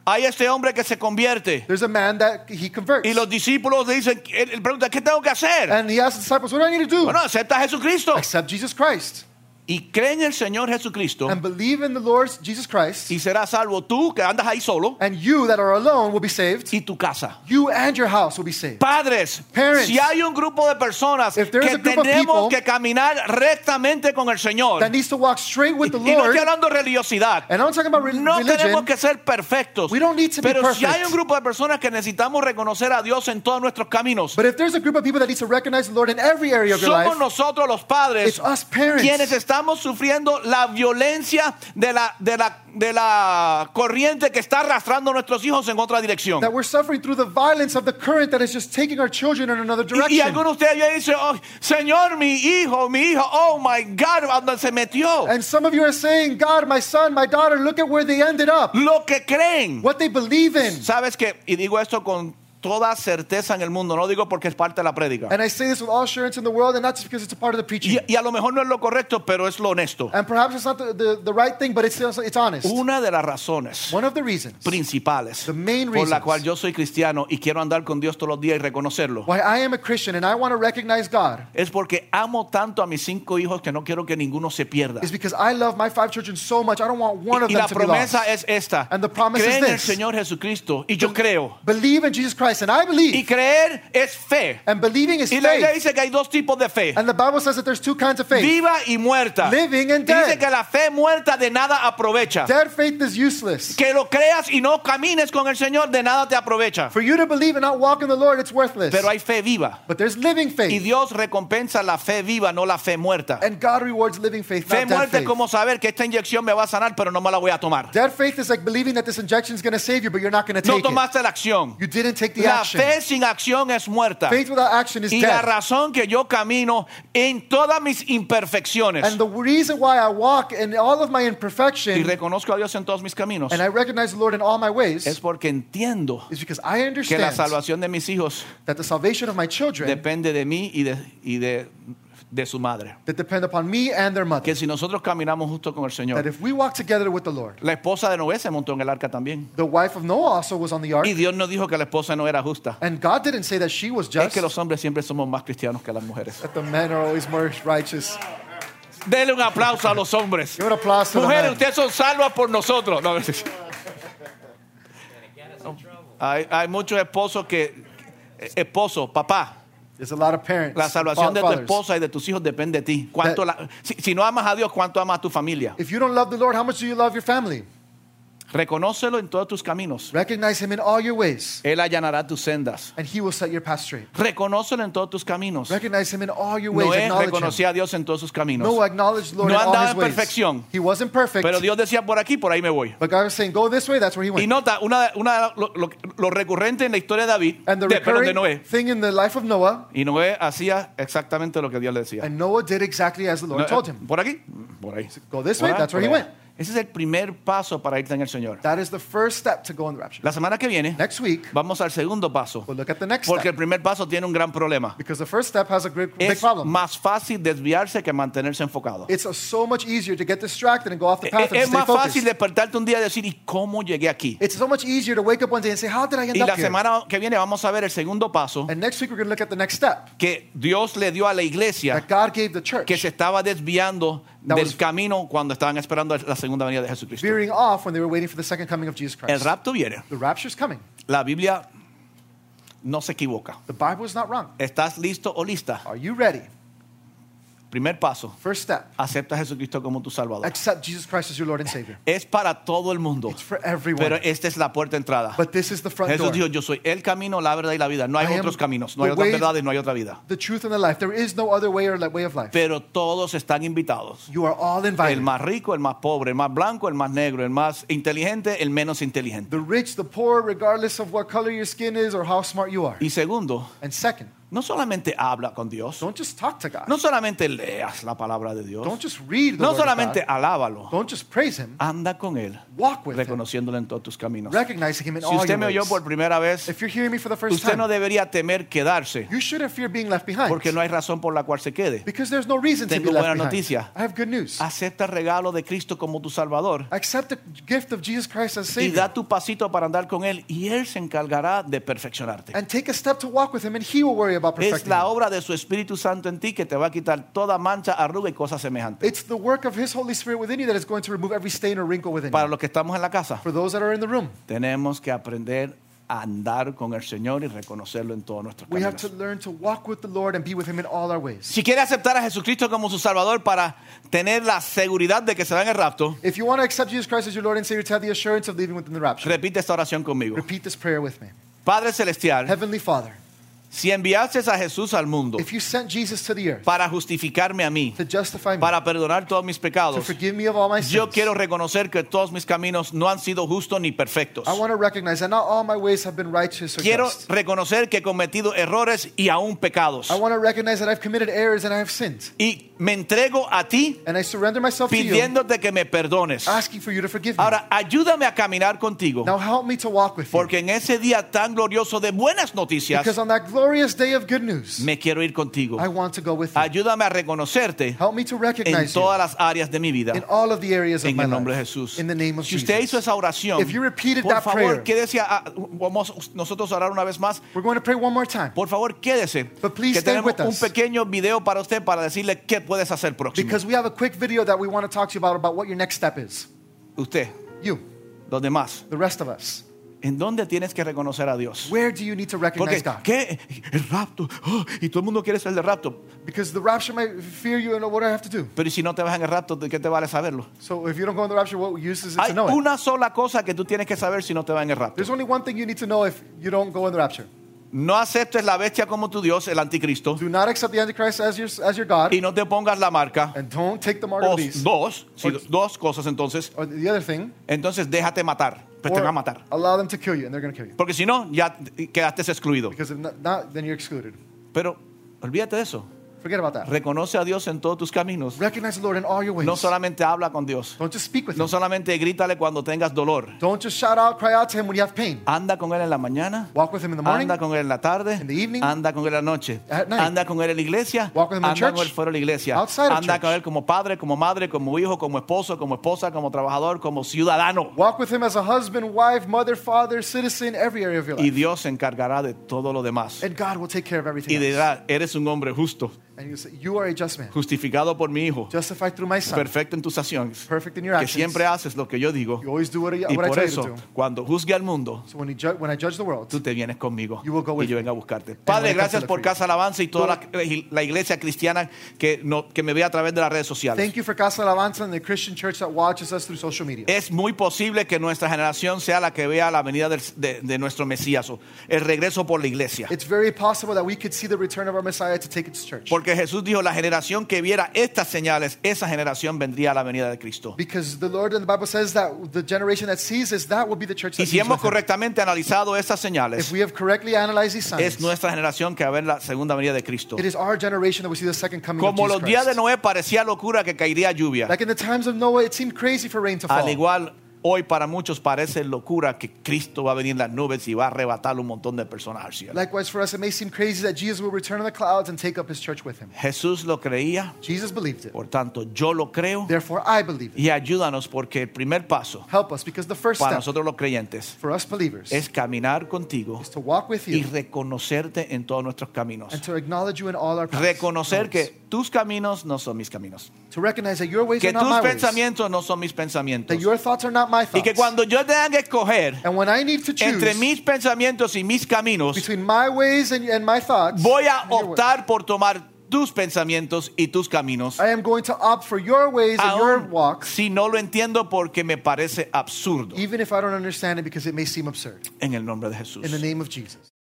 S1: Hay este hombre que se convierte
S2: There's a man that he converts.
S1: y los discípulos le dicen, él él pregunta, ¿qué tengo que hacer?
S2: And he asks the disciples, What do I need to do?
S1: Bueno, acepta a Jesucristo
S2: Accept Jesus Christ
S1: y cree en el Señor Jesucristo
S2: and believe in the Lord Jesus Christ,
S1: y serás salvo tú que andas ahí solo
S2: and you that are alone will be saved.
S1: y tu casa.
S2: You and your house will be saved.
S1: Padres,
S2: Parents.
S1: si hay un grupo de personas
S2: If there's
S1: que
S2: a group of
S1: tenemos
S2: people
S1: que caminar rectamente con el Señor,
S2: That needs to walk straight with
S1: [laughs]
S2: the
S1: y no
S2: Lord.
S1: estoy hablando de religiosidad,
S2: And I'm talking about re-
S1: no tenemos
S2: religion.
S1: que ser perfectos,
S2: We don't need to be
S1: pero si hay
S2: perfect.
S1: un grupo de personas que necesitamos reconocer a Dios en todos nuestros caminos,
S2: But if there's a group of people that needs to recognize the Lord in every area of your
S1: somos
S2: life,
S1: nosotros los padres
S2: it's us parents.
S1: quienes estamos sufriendo la violencia de la, de la, de la corriente que está arrastrando a nuestros hijos en otra dirección.
S2: That we're suffering through the violence of the current that is just taking our children in another
S1: Y, y
S2: direction.
S1: algunos de ustedes ya dicen, "Oh, Señor, mi hijo, mi hijo, oh my God, ¿a ¿dónde se metió?
S2: And some of you are saying, God, my son, my daughter, look at where they ended up,
S1: Lo que creen.
S2: what they believe in.
S1: Sabes que, y digo esto con toda certeza en el mundo, no digo porque es parte de la prédica.
S2: And I say this with all assurance in the world, and not just because it's a part of the preaching.
S1: Y, y a lo mejor no es lo correcto, pero es lo honesto.
S2: And perhaps it's not the, the, the right thing, but it's, also- it's honest.
S1: Una de las razones
S2: One of the reasons
S1: principales
S2: The main
S1: por la
S2: reasons.
S1: cual yo soy cristiano y quiero andar con Dios todos los días y reconocerlo
S2: why I am a Christian and I want to recognize God
S1: es porque amo tanto a mis cinco hijos que no quiero que ninguno se pierda.
S2: is because I love my five children so much, I don't want one of
S1: Y
S2: them
S1: la
S2: to be lost.
S1: promesa es esta.
S2: And the promise
S1: Cree
S2: is
S1: en el
S2: this.
S1: Señor Jesucristo y yo creo.
S2: Believe in Jesus Christ, and I believe.
S1: Y creer es fe.
S2: and believing is
S1: Y la Biblia
S2: faith.
S1: dice que hay dos tipos de fe.
S2: And the Bible says that there's two kinds of faith.
S1: Viva y muerta.
S2: Living and dead.
S1: Dice que la fe muerta de nada aprovecha.
S2: Dead faith is useless.
S1: Que lo creas y no camines con el Señor, de nada te aprovecha.
S2: For you to believe and not walk in the Lord, it's worthless.
S1: Pero hay fe viva.
S2: but there's living
S1: Y
S2: faith,
S1: Dios recompensa la fe viva, no la fe muerta.
S2: and God rewards living faith,
S1: Fe
S2: not dead
S1: muerta
S2: faith.
S1: es como saber que esta inyección me va a sanar, pero no me la voy a tomar.
S2: Dead faith is like believing that this injection is going to save you, but you're not going to
S1: No
S2: take it.
S1: tomaste la acción.
S2: You didn't take the
S1: La
S2: action.
S1: fe sin acción es muerta.
S2: faith without action is
S1: Y la
S2: dead.
S1: razón que yo camino en todas mis imperfecciones
S2: And the reason why I walk in all of my
S1: y
S2: imperfection
S1: reconozco a Dios en todos mis caminos
S2: and I recognize the Lord in all my ways
S1: es porque entiendo
S2: is because I
S1: que la
S2: understand
S1: salvación de mis hijos
S2: that the salvation of my children
S1: depende de mí y de, y de, de su madre.
S2: that depend upon me and their mother.
S1: Que si nosotros caminamos justo con el
S2: That
S1: Señor,
S2: if we walk together with the Lord,
S1: la esposa de Noé se montó en el arca también.
S2: the wife of Noah also was on the ark,
S1: Y Dios no dijo que la esposa no era justa.
S2: and God didn't say that she was
S1: Es
S2: just.
S1: que los hombres siempre somos más cristianos que las mujeres.
S2: That the men are always more righteous.
S1: Denle un aplauso a los hombres.
S2: Give an applause to the
S1: Mujeres,
S2: men.
S1: ustedes son salvas por nosotros. No, es- hay, hay muchos esposos que... eh, Esposo, papá,
S2: There's a lot of parents.
S1: la salvación
S2: and
S1: de tu
S2: fathers.
S1: esposa y de tus hijos depende de ti. ¿Cuánto la- si, si no amas a Dios, ¿cuánto amas a tu familia?
S2: If you don't love the Lord, how much do you love your family?
S1: Reconócelo en todos tus caminos.
S2: Recognize him in all your ways,
S1: Él allanará tus sendas.
S2: and he will set your path straight.
S1: Reconócelo en todos tus caminos.
S2: Recognize him in all your ways.
S1: Noé
S2: acknowledge him.
S1: reconocía a Dios en todos sus caminos.
S2: Noah acknowledged the Lord
S1: No
S2: in all
S1: andaba
S2: his
S1: en
S2: ways.
S1: perfección.
S2: He wasn't perfect,
S1: Pero Dios decía, por aquí, por ahí me voy.
S2: but God was saying, go this way, that's where
S1: Y
S2: he went.
S1: nota, una, una, lo, lo- lo recurrente en la historia de David,
S2: And the
S1: de, perdón, de
S2: recurring
S1: Noé.
S2: thing in the life of Noah,
S1: Y Noé hacía exactamente lo que Dios le decía.
S2: and Noah did exactly as the Lord
S1: No, uh,
S2: told him.
S1: ¿Por aquí? Por ahí.
S2: Go this
S1: Por
S2: way,
S1: ahí,
S2: that's where
S1: por
S2: he
S1: ahí.
S2: went.
S1: Ese es el primer paso para irte en el Señor.
S2: That is the first step to go in the rapture.
S1: La semana que viene
S2: Next week,
S1: vamos al segundo paso.
S2: we'll look at the next
S1: Porque el
S2: step.
S1: primer paso tiene un gran problema.
S2: Because the first step has a great, big
S1: Es
S2: problem.
S1: más fácil desviarse que mantenerse enfocado.
S2: It's uh, so much easier to get distracted and go off the
S1: Es,
S2: path and
S1: es
S2: stay
S1: más fácil
S2: focused.
S1: despertarte un día y decir, ¿y cómo llegué aquí?
S2: It's so much easier to wake up one day and say, How did I end
S1: Y
S2: up
S1: la
S2: here?
S1: semana que viene vamos a ver el segundo paso
S2: And next week, we're going to look at the next step
S1: que Dios le dio a la iglesia
S2: that God gave the church,
S1: que se estaba desviando
S2: That
S1: del
S2: was-
S1: camino cuando estaban esperando la segunda venida de Jesucristo.
S2: veering off when they were waiting for the second coming of Jesus
S1: El
S2: Christ.
S1: rapto viene.
S2: The rapture's coming.
S1: La Biblia no se equivoca.
S2: The Bible is not wrong.
S1: ¿Estás listo o lista?
S2: Are you ready?
S1: Primer paso,
S2: First step
S1: acepta a Jesucristo como tu Salvador.
S2: accept Jesus Christ as your Lord and Savior.
S1: Es para todo el mundo,
S2: It's for
S1: pero
S2: everyone.
S1: esta es la puerta de entrada.
S2: But this is the front
S1: Jesús
S2: door.
S1: dijo, yo soy el camino, la verdad y la vida. No hay
S2: I am
S1: otros caminos, no hay
S2: the
S1: otras
S2: way-
S1: verdades, no hay otra vida.
S2: The truth and the life. There is no other way or li- way of life.
S1: Pero todos están invitados.
S2: You are all
S1: El
S2: invited.
S1: más rico, el más pobre, el más blanco, el más negro, el más inteligente, el menos inteligente.
S2: The rich, the poor, regardless of what color your skin is or how smart you are.
S1: Y segundo,
S2: And second,
S1: no solamente habla con Dios,
S2: don't just talk to God.
S1: no solamente leas la palabra de Dios,
S2: Don't just read the
S1: no
S2: word of
S1: solamente
S2: God.
S1: alábalo,
S2: Don't just praise Him.
S1: anda con Él,
S2: Walk with Him.
S1: reconociéndolo en todos tus caminos.
S2: Recognizing Him in
S1: Si
S2: all
S1: usted
S2: your
S1: me oyó
S2: ways.
S1: por primera vez,
S2: If you're hearing me for the first
S1: usted
S2: time,
S1: no debería temer quedarse,
S2: you shouldn't fear being left behind.
S1: porque no hay razón por la cual se quede.
S2: because there's no reason to
S1: Tengo
S2: be left
S1: buena
S2: behind.
S1: noticia. Ah.
S2: I have good news.
S1: Acepta el regalo de Cristo como tu Salvador
S2: Accept the gift of Jesus Christ as
S1: y
S2: Savior.
S1: da tu pasito para andar con Él y Él se encargará de perfeccionarte.
S2: and take a step to walk with Him, and He will worry about
S1: Es
S2: perfecting
S1: la
S2: you.
S1: obra de su Espíritu Santo en ti que te va a quitar toda mancha, arruga y cosas semejantes.
S2: It's the work of His Holy Spirit within you that is going to remove every stain or wrinkle within
S1: Para
S2: you.
S1: los que estamos en la casa,
S2: For those that are in the room,
S1: tenemos que aprender a andar con el Señor y reconocerlo en todos nuestros
S2: we have to
S1: caminos.
S2: learn to walk with the Lord and be with Him in all our ways.
S1: Si quiere aceptar a Jesucristo como su Salvador para tener la seguridad de que se va en el rapto,
S2: If you want to accept Jesus Christ as your Lord and Savior, to have the assurance of leaving within the rapture,
S1: repite esta oración conmigo.
S2: repeat this prayer with me.
S1: Padre Celestial,
S2: Heavenly Father,
S1: si enviases a Jesús al mundo
S2: if you sent Jesus to the earth
S1: para justificarme a mí,
S2: to justify me,
S1: para perdonar todos mis
S2: to
S1: pecados,
S2: forgive me of all my
S1: yo
S2: sins,
S1: quiero reconocer que todos mis caminos no han sido justos ni perfectos.
S2: I want to recognize that not all my ways have been righteous or
S1: Quiero
S2: just.
S1: reconocer que he cometido errores y aún pecados.
S2: I want to recognize that I've committed errors and I have sinned.
S1: Y me entrego a ti
S2: And I surrender myself to you,
S1: pidiéndote que me perdones.
S2: asking for you to forgive me.
S1: Ahora, ayúdame a caminar contigo.
S2: Now help me to walk with you.
S1: Porque en ese día tan glorioso de buenas noticias,
S2: Because on that glorious day of good news,
S1: me quiero ir contigo.
S2: I want to go with you.
S1: Ayúdame a reconocerte
S2: Help me to
S1: en
S2: recognize
S1: todas
S2: you
S1: las áreas de mi vida.
S2: in all of the areas of
S1: En
S2: my
S1: el nombre de
S2: life.
S1: Jesús.
S2: In the name of
S1: si usted hizo
S2: Jesus.
S1: esa oración,
S2: If you repeated
S1: por
S2: that
S1: favor,
S2: prayer-
S1: quédese. a- a- vamos nosotros a orar una vez más.
S2: We're going to pray one more time.
S1: Por favor, quédese.
S2: But please
S1: Que
S2: stay
S1: tenemos
S2: with
S1: un
S2: us.
S1: pequeño video para usted para decirle qué puedes hacer próximo.
S2: Because we have a quick video that we want to talk to you about about what your next step is.
S1: usted,
S2: You,
S1: los demás,
S2: the rest of us.
S1: ¿en dónde tienes que reconocer a Dios?
S2: Where do you need to
S1: Porque
S2: recognize God?
S1: ¿qué? El rapto. oh, y todo el mundo quiere ser del rapto.
S2: Because the rapture might fear you and what do I have to do?
S1: Pero ¿y si no te vas en el rapto, ¿de qué te vale saberlo?
S2: So if you don't go in the rapture, what use is it
S1: Hay
S2: to know it?
S1: una sola cosa que tú tienes que saber si no te vas en el rapto.
S2: There's only one thing you need to know if you don't go in the rapture.
S1: No aceptes la bestia como tu Dios, el anticristo,
S2: Do not accept the Antichrist as your, as your God,
S1: y no te pongas la marca.
S2: and don't take the mark
S1: O
S2: of these.
S1: dos, sí,
S2: Or-
S1: dos cosas entonces.
S2: Or the other thing,
S1: Entonces déjate matar. Pues te
S2: or
S1: van a matar.
S2: allow them to kill you, and they're going to kill you.
S1: Porque si no, ya quedaste excluido.
S2: Because if not, not, then you're excluded.
S1: Pero olvídate de eso.
S2: Forget about that.
S1: Reconoce a Dios en todos tus caminos.
S2: Recognize the Lord in all your ways.
S1: No solamente habla con Dios.
S2: don't just speak with
S1: No
S2: Him.
S1: solamente grítale cuando tengas dolor.
S2: Don't just shout out, cry out to Him when you have pain.
S1: Anda con él en la mañana.
S2: Walk with Him in the morning.
S1: Anda con él en la tarde,
S2: In the evening.
S1: anda con él en la noche,
S2: At night.
S1: anda con él en la iglesia,
S2: Walk with him in
S1: anda
S2: church.
S1: con él fuera de la iglesia,
S2: Outside of
S1: anda
S2: church.
S1: con él como padre, como madre, como hijo, como esposo, como esposa, como trabajador, como ciudadano.
S2: Walk with Him as a husband, wife, mother, father, citizen, every area of your
S1: Y
S2: life.
S1: Dios se encargará de todo lo demás.
S2: And God will take care of
S1: Y
S2: everything. else.
S1: dirá, eres un hombre justo,
S2: And you say, You are a just man,
S1: justificado por mi Hijo,
S2: justified through my son,
S1: perfecto en tus acciones,
S2: perfect in your
S1: que
S2: actions.
S1: siempre haces lo que yo digo.
S2: you always do what I,
S1: Y
S2: what I
S1: por
S2: tell you to
S1: eso,
S2: do.
S1: cuando juzgue al mundo,
S2: So when, you ju- when I judge the world,
S1: tú te vienes conmigo
S2: You will go
S1: y
S2: with
S1: yo
S2: me.
S1: vengo a buscarte.
S2: when
S1: Padre,
S2: it comes
S1: gracias
S2: to the
S1: por
S2: freedom.
S1: Casa Alabanza y toda la, la iglesia cristiana que, no- que me ve a través de las redes sociales.
S2: thank you for Casa Alabanza and the Christian church that watches us through social media.
S1: Es muy posible que nuestra generación sea la que vea la venida del- de, de nuestro Mesías, o el regreso por la iglesia.
S2: It's very possible that we could see the return of our Messiah to take its church.
S1: Porque Jesús dijo, la generación que viera estas señales, esa generación vendría a la venida de Cristo.
S2: Because the Lord in the Bible says that the generation that sees this, that will be the church that
S1: Y si
S2: sees
S1: hemos
S2: with him.
S1: correctamente analizado estas
S2: If
S1: señales,
S2: we have correctly analyzed these signs,
S1: es nuestra generación que va a ver la segunda venida de Cristo.
S2: it is our generation that will see the second coming
S1: Como
S2: of Jesus
S1: los días de
S2: Christ.
S1: Noé parecía locura que caería lluvia,
S2: Like in the times of Noah, it seemed crazy for rain to fall.
S1: al igual hoy para muchos parece locura que Cristo va a venir en las nubes y va a arrebatar un montón de personas al cielo.
S2: Likewise, for us, it may seem crazy that Jesus will return in the clouds and take up his church with him.
S1: Jesús lo creía,
S2: Jesus believed it.
S1: por tanto yo lo creo
S2: Therefore, I believe it.
S1: y ayúdanos porque el primer paso
S2: Help us, because the first
S1: para
S2: step
S1: nosotros los creyentes
S2: for us believers
S1: es caminar contigo
S2: is to walk with
S1: y
S2: you
S1: reconocerte en todos nuestros caminos.
S2: and to acknowledge you in all our paths.
S1: Reconocer que tus caminos no son mis caminos,
S2: To recognize that your ways
S1: que
S2: are not
S1: tus
S2: my ways.
S1: pensamientos no son mis pensamientos
S2: That your thoughts are not my
S1: y
S2: thoughts.
S1: que cuando yo tenga que escoger
S2: and when I need to choose
S1: entre mis pensamientos y mis caminos,
S2: between my ways and, and my thoughts,
S1: voy a
S2: and your ways,
S1: optar por tomar tus pensamientos y tus caminos,
S2: I am going to opt for your ways and your
S1: aun
S2: walks,
S1: si no lo entiendo porque me parece absurdo,
S2: even if I don't understand it because it may seem absurd.
S1: en el nombre de Jesús.
S2: In the name of Jesus.